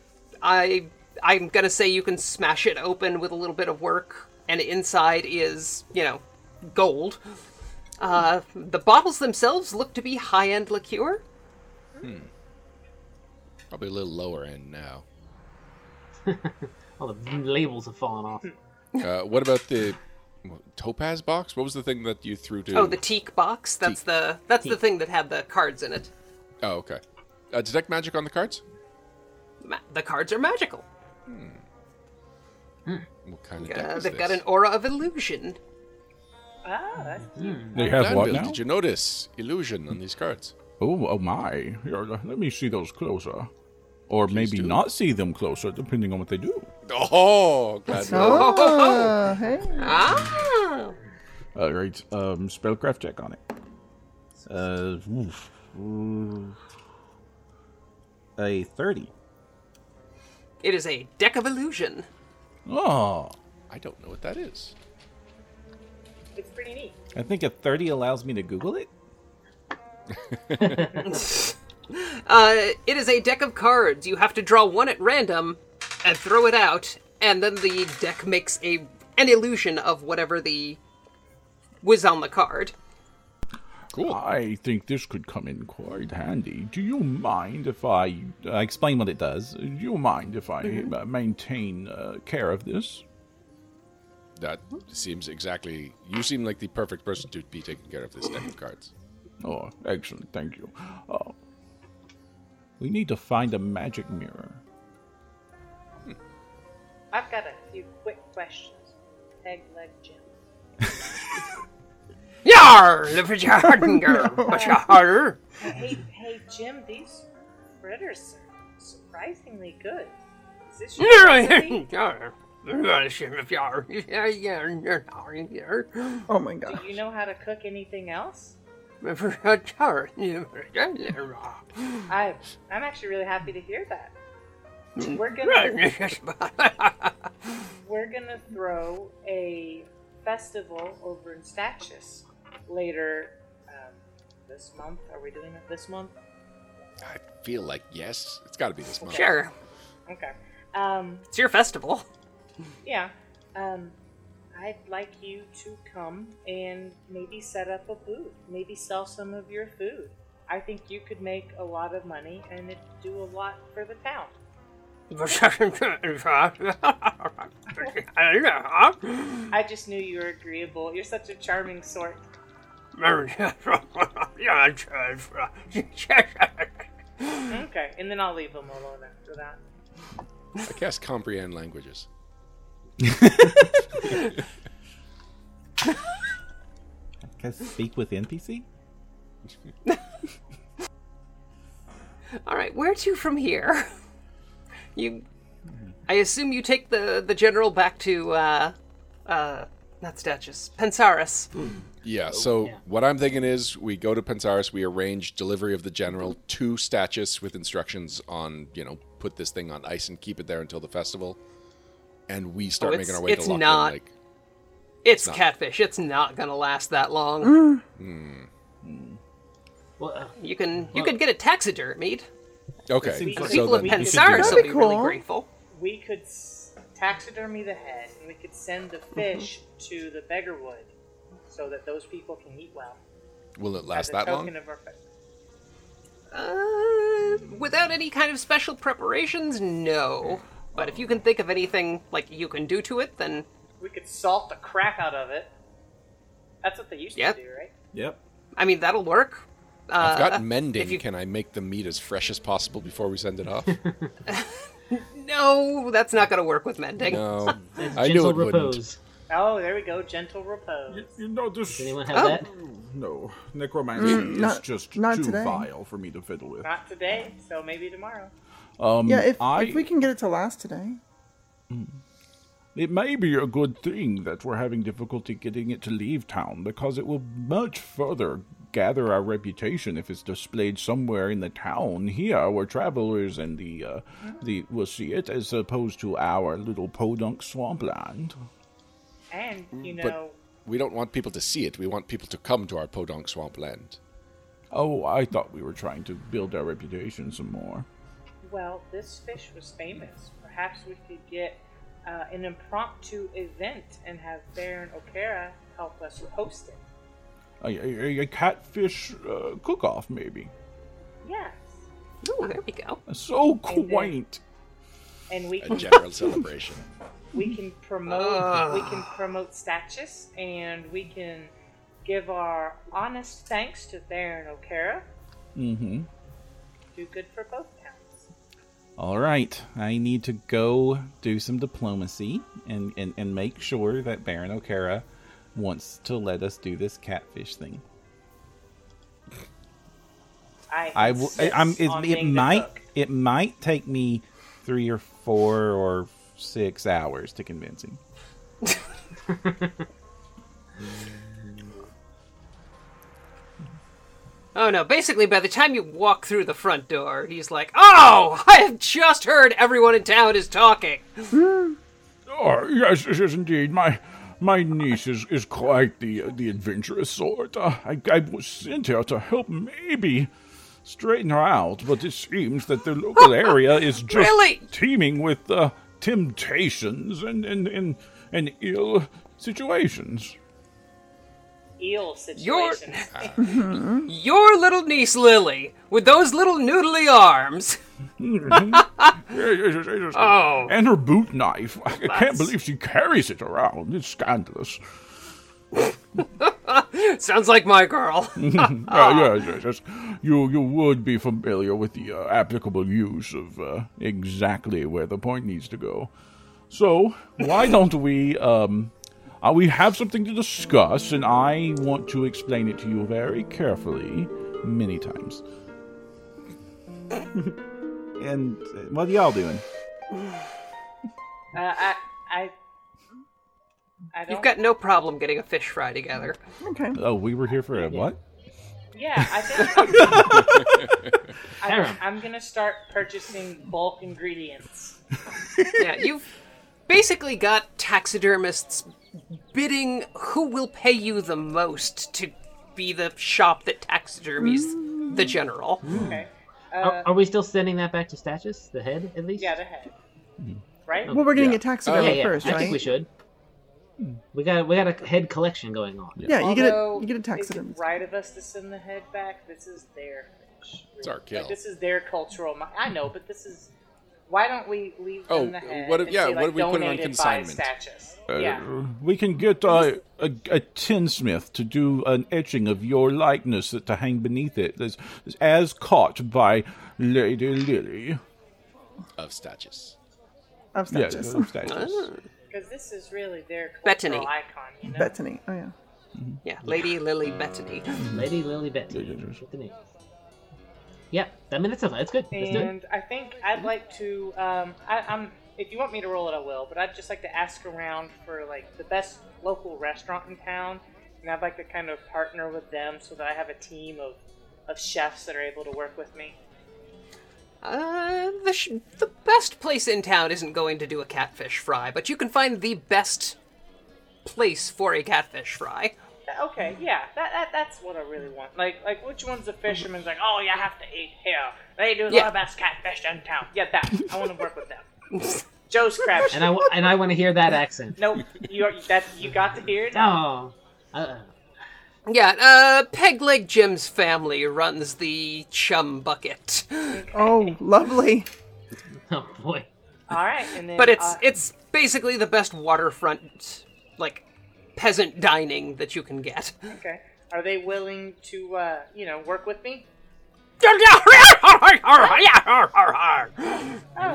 [SPEAKER 2] I I'm gonna say you can smash it open with a little bit of work, and inside is you know gold. Uh, the bottles themselves look to be high end liqueur.
[SPEAKER 1] Probably a little lower end now.
[SPEAKER 3] All the labels have fallen off.
[SPEAKER 1] Uh, what about the what, topaz box? What was the thing that you threw to?
[SPEAKER 2] Oh, the teak box. That's the that's the thing that had the cards in it.
[SPEAKER 1] Oh, okay. Uh, detect magic on the cards.
[SPEAKER 2] Ma- the cards are magical.
[SPEAKER 1] What kind of deck
[SPEAKER 2] Uh,
[SPEAKER 1] is
[SPEAKER 2] they've
[SPEAKER 1] this?
[SPEAKER 2] got an aura of illusion.
[SPEAKER 4] Ah, that's
[SPEAKER 7] They have
[SPEAKER 1] Danville,
[SPEAKER 7] what now?
[SPEAKER 1] Mm-hmm. Did you notice illusion on these cards?
[SPEAKER 7] Oh, oh my. Here, l- let me see those closer. Or maybe
[SPEAKER 1] do.
[SPEAKER 7] not see them closer, depending on what they do.
[SPEAKER 1] Oh, glad. we-
[SPEAKER 5] Oh,
[SPEAKER 2] ho.
[SPEAKER 5] hey.
[SPEAKER 2] Ah!
[SPEAKER 7] All right, um, spellcraft check on it. Uh, oof. Ooh.
[SPEAKER 6] A thirty.
[SPEAKER 2] It is a deck of illusion.
[SPEAKER 7] Ah.
[SPEAKER 6] Oh,
[SPEAKER 1] I don't know what that is.
[SPEAKER 4] it's pretty neat.
[SPEAKER 6] I think a thirty allows me to Google it.
[SPEAKER 2] Uh, it is a deck of cards. You have to draw one at random and throw it out, and then the deck makes a an illusion of whatever the was on the card.
[SPEAKER 1] Cool.
[SPEAKER 7] I think this could come in quite handy. Do you mind if I. uh,
[SPEAKER 6] I explain what it does.
[SPEAKER 7] Do you mind if I uh, maintain uh, care of this?
[SPEAKER 1] That seems exactly. You seem like the perfect person to be taking care of this deck of cards.
[SPEAKER 7] Oh, excellent, thank you. Oh. We need to find a magic mirror.
[SPEAKER 4] I've got a few quick questions. Pegleg Jim.
[SPEAKER 2] Yar! *laughs* Hardinger!
[SPEAKER 4] Hey, hey, Jim, these fritters are surprisingly good. Is
[SPEAKER 2] *laughs*
[SPEAKER 4] this your recipe?
[SPEAKER 5] Oh my god.
[SPEAKER 4] Do you know how to cook anything else? I, I'm actually really happy to hear that. We're gonna,
[SPEAKER 2] *laughs*
[SPEAKER 4] we're gonna throw a festival over in Statues later um, this month. Are we doing it this month?
[SPEAKER 1] I feel like yes, it's got to be this month.
[SPEAKER 2] Sure.
[SPEAKER 4] Okay. Um,
[SPEAKER 2] It's your festival.
[SPEAKER 4] yeah. Um, I'd like you to come and maybe set up a booth, maybe sell some of your food. I think you could make a lot of money and it'd do a lot for the town. I just knew you were agreeable. You're such a charming sort. Okay, and then I'll leave them alone after that.
[SPEAKER 1] I cast comprehend languages.
[SPEAKER 6] Can I speak with NPC?
[SPEAKER 2] All right, where to from here? *laughs* You, I assume you take the the general back to uh, uh, not Statues, Pensaris.
[SPEAKER 1] Yeah. So what I'm thinking is, we go to Pensaris, we arrange delivery of the general to Statues with instructions on, you know, put this thing on ice and keep it there until the festival, and we start
[SPEAKER 2] Oh, it's-
[SPEAKER 1] making our way
[SPEAKER 2] it's
[SPEAKER 1] to Loughlin
[SPEAKER 2] not-
[SPEAKER 1] Lake.
[SPEAKER 2] It's
[SPEAKER 1] not-
[SPEAKER 2] catfish. It's not gonna last that long.
[SPEAKER 3] Well, uh,
[SPEAKER 2] You can you could get it taxidermied.
[SPEAKER 1] Okay.
[SPEAKER 7] seems
[SPEAKER 2] The people
[SPEAKER 7] like something
[SPEAKER 2] of
[SPEAKER 7] we could do.
[SPEAKER 2] Pensaris will
[SPEAKER 5] That'd
[SPEAKER 2] be
[SPEAKER 5] be
[SPEAKER 2] really
[SPEAKER 5] cool.
[SPEAKER 2] grateful.
[SPEAKER 4] We could s- taxidermy the head, and we could send
[SPEAKER 1] Mm-hmm.
[SPEAKER 4] the fish to the Beggarwood, so that those people can eat well.
[SPEAKER 1] Will it
[SPEAKER 4] as
[SPEAKER 1] last
[SPEAKER 4] a
[SPEAKER 1] that
[SPEAKER 4] token
[SPEAKER 1] long?
[SPEAKER 4] Of our fa-
[SPEAKER 2] Uh, without any kind of special preparations, no. But if you can think of anything like you can do to it, then
[SPEAKER 4] we could salt the crap out of it. That's what they used
[SPEAKER 2] Yep.
[SPEAKER 4] to do, right?
[SPEAKER 7] Yep.
[SPEAKER 2] I mean that'll work.
[SPEAKER 1] I've
[SPEAKER 2] Uh,
[SPEAKER 1] got mending.
[SPEAKER 2] if you-
[SPEAKER 1] Can I make the meat as fresh as possible before we send it
[SPEAKER 2] *laughs*
[SPEAKER 1] off?
[SPEAKER 2] No, that's not gonna work with mending.
[SPEAKER 1] No, I
[SPEAKER 3] gentle
[SPEAKER 1] knew it wouldn't.
[SPEAKER 3] repose.
[SPEAKER 4] Oh, there we go. Gentle repose.
[SPEAKER 7] You, you know this.
[SPEAKER 3] Does anyone have
[SPEAKER 2] Oh.
[SPEAKER 3] that?
[SPEAKER 7] No, necromancy is
[SPEAKER 5] not-
[SPEAKER 7] just
[SPEAKER 5] not
[SPEAKER 7] too
[SPEAKER 5] today.
[SPEAKER 7] vile for me to fiddle with.
[SPEAKER 4] Not today, so maybe tomorrow.
[SPEAKER 7] Um,
[SPEAKER 5] Yeah, if,
[SPEAKER 7] I,
[SPEAKER 5] if we can get it to last today.
[SPEAKER 7] It may be a good thing that we're having difficulty getting it to leave town because it will much further gather our reputation if it's displayed somewhere in the town here where travelers and the uh, the will see it as opposed to our little podunk swampland.
[SPEAKER 4] And you
[SPEAKER 1] but-
[SPEAKER 4] know,
[SPEAKER 1] We don't want people to see it. We want people to come to our Podonk swampland.
[SPEAKER 7] Oh, I thought we were trying to build our reputation some more.
[SPEAKER 4] well, this fish was famous. Perhaps we could get uh, an impromptu event and have Baron O'Kara help us host it.
[SPEAKER 7] A, a, a catfish uh, cook-off, maybe.
[SPEAKER 4] Yes,
[SPEAKER 2] Ooh, there we go.
[SPEAKER 7] So
[SPEAKER 4] Maybe.
[SPEAKER 7] quaint.
[SPEAKER 4] and we
[SPEAKER 1] A
[SPEAKER 2] *laughs*
[SPEAKER 4] can
[SPEAKER 1] general celebration.
[SPEAKER 4] we can promote we can
[SPEAKER 6] Ah.
[SPEAKER 4] promote status and we can give our honest thanks to Baron O'Kara.
[SPEAKER 7] Mm-hmm.
[SPEAKER 4] Do good for both towns.
[SPEAKER 6] All right, I need to go do some diplomacy and, and, and make sure that Baron O'Kara wants to let us do this catfish thing.
[SPEAKER 4] I
[SPEAKER 6] I will. I- I'm. It,
[SPEAKER 4] insist on
[SPEAKER 6] it
[SPEAKER 4] being the
[SPEAKER 6] might.
[SPEAKER 4] cook.
[SPEAKER 6] It might take me three or four or six hours to convince him.
[SPEAKER 2] Oh no, basically by the time you walk through the front door, he's like, Oh, I have just heard everyone in town is talking.
[SPEAKER 7] Oh, yes, yes, yes, indeed. My my niece is, is quite the uh, the adventurous sort. Uh, I, I was sent here to help maybe straighten her out, but it seems that the
[SPEAKER 2] *laughs*
[SPEAKER 7] local area is just
[SPEAKER 2] Really?
[SPEAKER 7] teeming with uh, temptations and, and, and, and ill situations.
[SPEAKER 4] eel
[SPEAKER 2] You're-
[SPEAKER 4] situation.
[SPEAKER 2] Your little niece Lily, with those little noodly arms. *laughs*
[SPEAKER 7] Yes, yes, yes, yes, yes.
[SPEAKER 2] Oh.
[SPEAKER 7] And her boot knife. I can't believe she carries it around. It's scandalous.
[SPEAKER 2] Sounds like my girl.
[SPEAKER 6] Ah.
[SPEAKER 7] Uh, yes, yes, yes. You, you would be familiar with the uh, applicable use of uh, exactly where the point needs to go. So,
[SPEAKER 6] *laughs*
[SPEAKER 7] why don't we, um, uh, we have something to discuss, and I want to explain it to you very carefully many times.
[SPEAKER 6] And uh, what are y'all doing?
[SPEAKER 4] Uh, I, I, I don't.
[SPEAKER 2] You've got no problem getting a fish fry together.
[SPEAKER 5] Okay.
[SPEAKER 6] Oh, we were here for a what?
[SPEAKER 4] Yeah, I
[SPEAKER 5] *laughs*
[SPEAKER 4] think.
[SPEAKER 3] Harem.
[SPEAKER 4] I, I'm gonna start purchasing bulk ingredients.
[SPEAKER 2] Yeah, you've basically got taxidermists bidding who will pay you the most to be the shop that taxidermies the general.
[SPEAKER 4] Okay.
[SPEAKER 3] Are, are we still sending that back to Status? The head, at least?
[SPEAKER 4] Yeah, the head. Right?
[SPEAKER 5] Well, we're getting
[SPEAKER 1] Yeah.
[SPEAKER 5] a taxidermy
[SPEAKER 3] yeah, yeah.
[SPEAKER 5] first,
[SPEAKER 3] I
[SPEAKER 5] right?
[SPEAKER 3] think we should. We got we got a head collection going on.
[SPEAKER 5] Yeah, you get a
[SPEAKER 4] Although,
[SPEAKER 5] you get a
[SPEAKER 4] Is
[SPEAKER 5] taxidermy.
[SPEAKER 4] it right of us to send the head back? This is their fish.
[SPEAKER 1] It's our kill.
[SPEAKER 4] Like, this is their cultural. mi- I know, but this is. Why don't we leave
[SPEAKER 1] Oh,
[SPEAKER 4] them the head?
[SPEAKER 1] what if-
[SPEAKER 4] and
[SPEAKER 1] yeah,
[SPEAKER 4] say,
[SPEAKER 1] what
[SPEAKER 4] like,
[SPEAKER 1] if we put it on
[SPEAKER 4] donated by
[SPEAKER 1] consignment?
[SPEAKER 4] Statues?
[SPEAKER 7] Uh,
[SPEAKER 4] yeah.
[SPEAKER 7] We can get uh, a, a tinsmith to do an etching of your likeness that to hang beneath it, as, as caught by Lady Lily.
[SPEAKER 1] Of statues.
[SPEAKER 5] Of
[SPEAKER 7] Yeah,
[SPEAKER 5] statues.
[SPEAKER 7] of statues.
[SPEAKER 4] Because this is really their cultural
[SPEAKER 2] Bethany.
[SPEAKER 4] icon, you know?
[SPEAKER 5] Bethany. Oh yeah.
[SPEAKER 2] Yeah, Lady Lily Bettany.
[SPEAKER 3] Lady Lily Betty.
[SPEAKER 7] Yeah, yeah, yeah.
[SPEAKER 3] With the name. Yeah, I mean that's a, that's good. Let's do it.
[SPEAKER 4] And I think I'd like to. Um, I, I'm. If you want me to roll it, I will. But I'd just like to ask around for like the best local restaurant in town, and I'd like to kind of partner with them so that I have a team of, of chefs that are able to work with me.
[SPEAKER 2] Uh, the, sh- the best place in town isn't going to do a catfish fry, but you can find the best place for a catfish fry.
[SPEAKER 4] Okay, yeah, that, that that's what I really want. Like like which one's the fisherman's like, oh, you have to eat here. They do the
[SPEAKER 2] Yeah.
[SPEAKER 4] best catfish in town. Yeah, that. I want to work with them.
[SPEAKER 2] *laughs*
[SPEAKER 4] Joe's crab.
[SPEAKER 3] And I wa- and I want to hear that
[SPEAKER 4] *laughs*
[SPEAKER 3] accent.
[SPEAKER 4] Nope, you are- that you got to hear it.
[SPEAKER 3] No. Uh,
[SPEAKER 2] Yeah, uh, Pegleg Jim's family runs the chum bucket,
[SPEAKER 5] Oh, lovely.
[SPEAKER 3] oh boy.
[SPEAKER 4] All right, and then
[SPEAKER 2] but it's
[SPEAKER 4] uh,
[SPEAKER 2] it's basically the best waterfront like peasant dining that you can get. *laughs*
[SPEAKER 4] okay. Are they willing to uh, you know work with me?
[SPEAKER 3] there
[SPEAKER 4] Oh
[SPEAKER 3] they
[SPEAKER 4] gosh,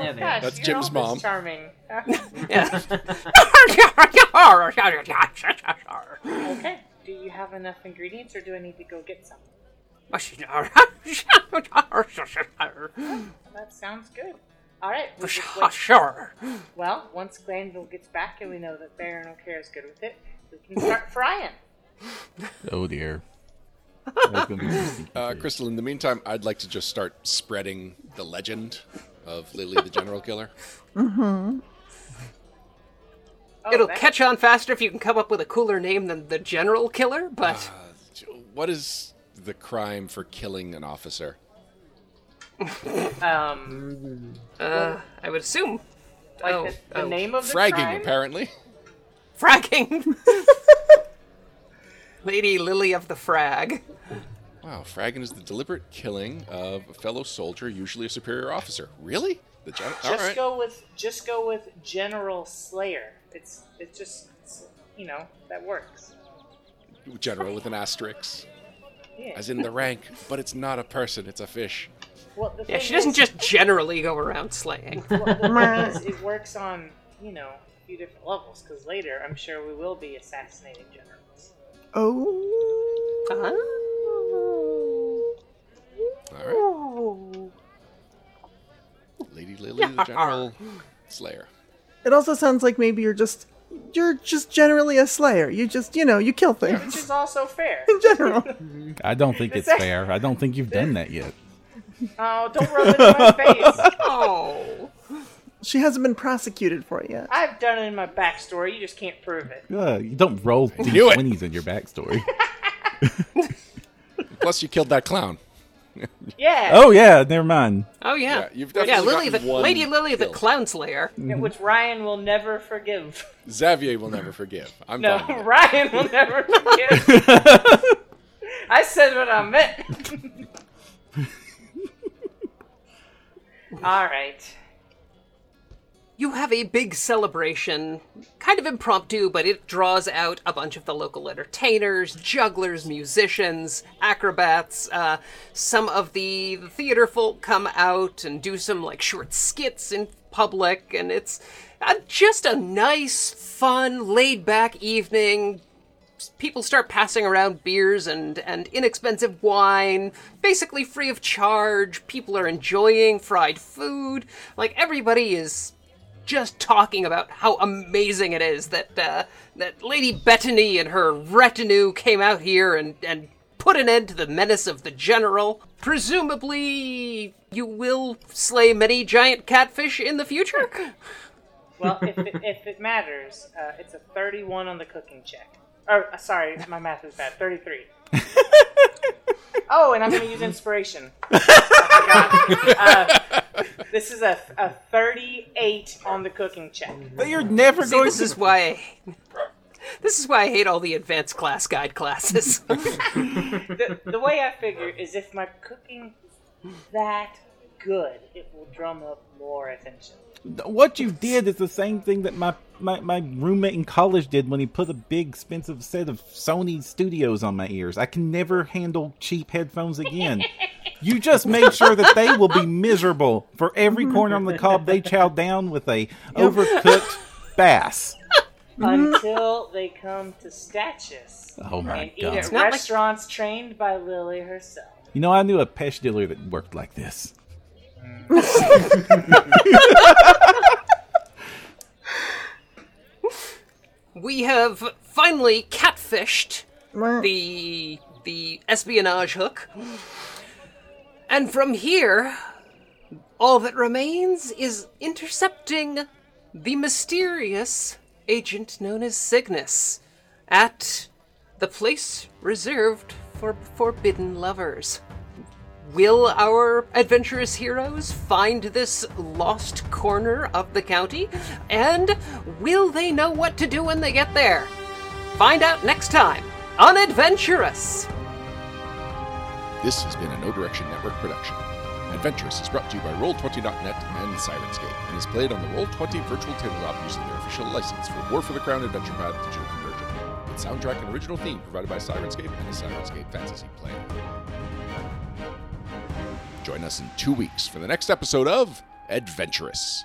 [SPEAKER 3] are.
[SPEAKER 1] That's
[SPEAKER 4] you're
[SPEAKER 1] Jim's mom.
[SPEAKER 4] always Charming.
[SPEAKER 1] *laughs*
[SPEAKER 4] Uh,
[SPEAKER 2] Yeah.
[SPEAKER 4] okay. Do you have enough ingredients, or do I need to go get some? That sounds good. All right. we just wait. Well, once Glanville gets back and we know that Baron O'Care is good with it, we can
[SPEAKER 1] *laughs*
[SPEAKER 4] start frying.
[SPEAKER 6] *laughs* Oh dear. That's gonna be some sneaky
[SPEAKER 1] Uh,
[SPEAKER 6] food.
[SPEAKER 1] Crystal, in the meantime, I'd like to just start spreading the legend of Lily the General Killer.
[SPEAKER 4] Oh,
[SPEAKER 2] It'll
[SPEAKER 4] that-
[SPEAKER 2] catch on faster if you can come up with a cooler name than the General
[SPEAKER 1] *sighs*
[SPEAKER 2] Killer, but
[SPEAKER 1] What is the crime for killing an officer?
[SPEAKER 4] Um,
[SPEAKER 2] uh, I would assume.
[SPEAKER 4] like
[SPEAKER 2] oh,
[SPEAKER 4] the, the
[SPEAKER 2] oh.
[SPEAKER 4] name of the
[SPEAKER 1] Fragging,
[SPEAKER 4] crime?
[SPEAKER 1] apparently.
[SPEAKER 4] *laughs*
[SPEAKER 2] Fragging! Lady Lily of the Frag.
[SPEAKER 1] Wow, fragging is the deliberate killing of a fellow soldier, usually a superior officer. Really? The gen- all
[SPEAKER 4] Just
[SPEAKER 1] right.
[SPEAKER 4] go with just go with General Slayer. It's it's just it's, you know that works.
[SPEAKER 1] General with an asterisk,
[SPEAKER 4] Yeah.
[SPEAKER 1] as in the rank, but it's not a person; it's a fish.
[SPEAKER 4] well, the
[SPEAKER 2] Yeah,
[SPEAKER 4] thing
[SPEAKER 2] she doesn't
[SPEAKER 4] is-
[SPEAKER 2] just generally go around
[SPEAKER 4] *laughs*
[SPEAKER 2] slaying.
[SPEAKER 4] well, the thing
[SPEAKER 5] Meh.
[SPEAKER 4] is, it works on you know a few different levels because later I'm sure we will be assassinating generals.
[SPEAKER 5] Oh.
[SPEAKER 2] Uh-huh.
[SPEAKER 1] All
[SPEAKER 4] Oh.
[SPEAKER 1] right. Lady Lily, the General Slayer.
[SPEAKER 5] It also sounds like maybe you're just you're just generally a slayer. You just you know you kill
[SPEAKER 4] Which
[SPEAKER 5] things
[SPEAKER 4] is also fair.
[SPEAKER 5] in general.
[SPEAKER 6] I don't think it's fair. I don't think you've done that yet.
[SPEAKER 4] Oh, don't rub it in my face.
[SPEAKER 2] Oh.
[SPEAKER 5] She hasn't been prosecuted for it yet.
[SPEAKER 4] I've done it in my backstory. You just can't prove it.
[SPEAKER 6] Uh, *laughs* you don't roll
[SPEAKER 1] knew it.
[SPEAKER 6] d20s in your backstory.
[SPEAKER 1] Plus, you killed that clown.
[SPEAKER 4] Yeah.
[SPEAKER 6] *laughs* oh yeah, never mind.
[SPEAKER 2] Oh, yeah.
[SPEAKER 1] Yeah, you've definitely
[SPEAKER 2] Lily the,
[SPEAKER 1] gotten one
[SPEAKER 2] Lady Lily the
[SPEAKER 1] kill.
[SPEAKER 2] Clown Slayer.
[SPEAKER 4] Yeah, which Ryan will never forgive.
[SPEAKER 1] Xavier will never forgive. I'm
[SPEAKER 4] No,
[SPEAKER 1] fine with it.
[SPEAKER 4] *laughs* Ryan will never forgive. I said what I meant. All right.
[SPEAKER 2] You have a big celebration, kind of impromptu, but it draws out a bunch of the local entertainers, jugglers, musicians, acrobats. Uh, some of the, the theater folk come out and do some like short skits in public, and it's uh, just a nice, fun, laid back evening. People start passing around beers and, and inexpensive wine, basically free of charge. People are enjoying fried food. Like, everybody is just talking about how amazing it is that uh, that Lady Bettany and her retinue came out here and and put an end to the menace of the general. Presumably, you will slay many giant catfish in the future.
[SPEAKER 4] Well, if it, if it matters, uh, it's a 31 on the cooking check. Or, uh, sorry, my math is bad.
[SPEAKER 6] *laughs*
[SPEAKER 4] 33. oh, and I'm going to use inspiration. *laughs* I forgot. Uh, this is a, a 38 on the cooking check.
[SPEAKER 6] But you're never
[SPEAKER 2] See, this is why. *laughs* This is why I hate all the advanced class guide classes.
[SPEAKER 4] the, the way I figure is if my cooking is that good, it will drum up more attention.
[SPEAKER 6] What you did is the same thing that my, my my roommate in college did when he put a big expensive set of Sony Studios on my ears. I can never handle cheap headphones again. you just made sure that they will be miserable for every corner on the cob they chow down with a overcooked bass.
[SPEAKER 4] Until they come to Statues
[SPEAKER 6] Mm-hmm. Oh my
[SPEAKER 4] and eat
[SPEAKER 6] god!
[SPEAKER 4] at
[SPEAKER 2] not like-
[SPEAKER 4] restaurants trained by Lily herself.
[SPEAKER 6] You know I knew a pesh dealer that worked like this.
[SPEAKER 2] we have finally catfished
[SPEAKER 5] Meh.
[SPEAKER 2] the the espionage hook. And from here, all that remains is intercepting the mysterious agent known as Cygnus at the place reserved for forbidden lovers. Will our adventurous heroes find this lost corner of the county? And will they know what to do when they get there? Find out next time on Adventurous!
[SPEAKER 1] This has been a No Direction Network production. Adventurous is brought to you by Roll20.net and Sirenscape, and is played on the Roll20 virtual tabletop using their official license for War for the Crown Adventure Path Digital Conversion, with soundtrack and original theme provided by Sirenscape and the Sirenscape Fantasy Plan. Join us in two weeks for the next episode of Adventurous.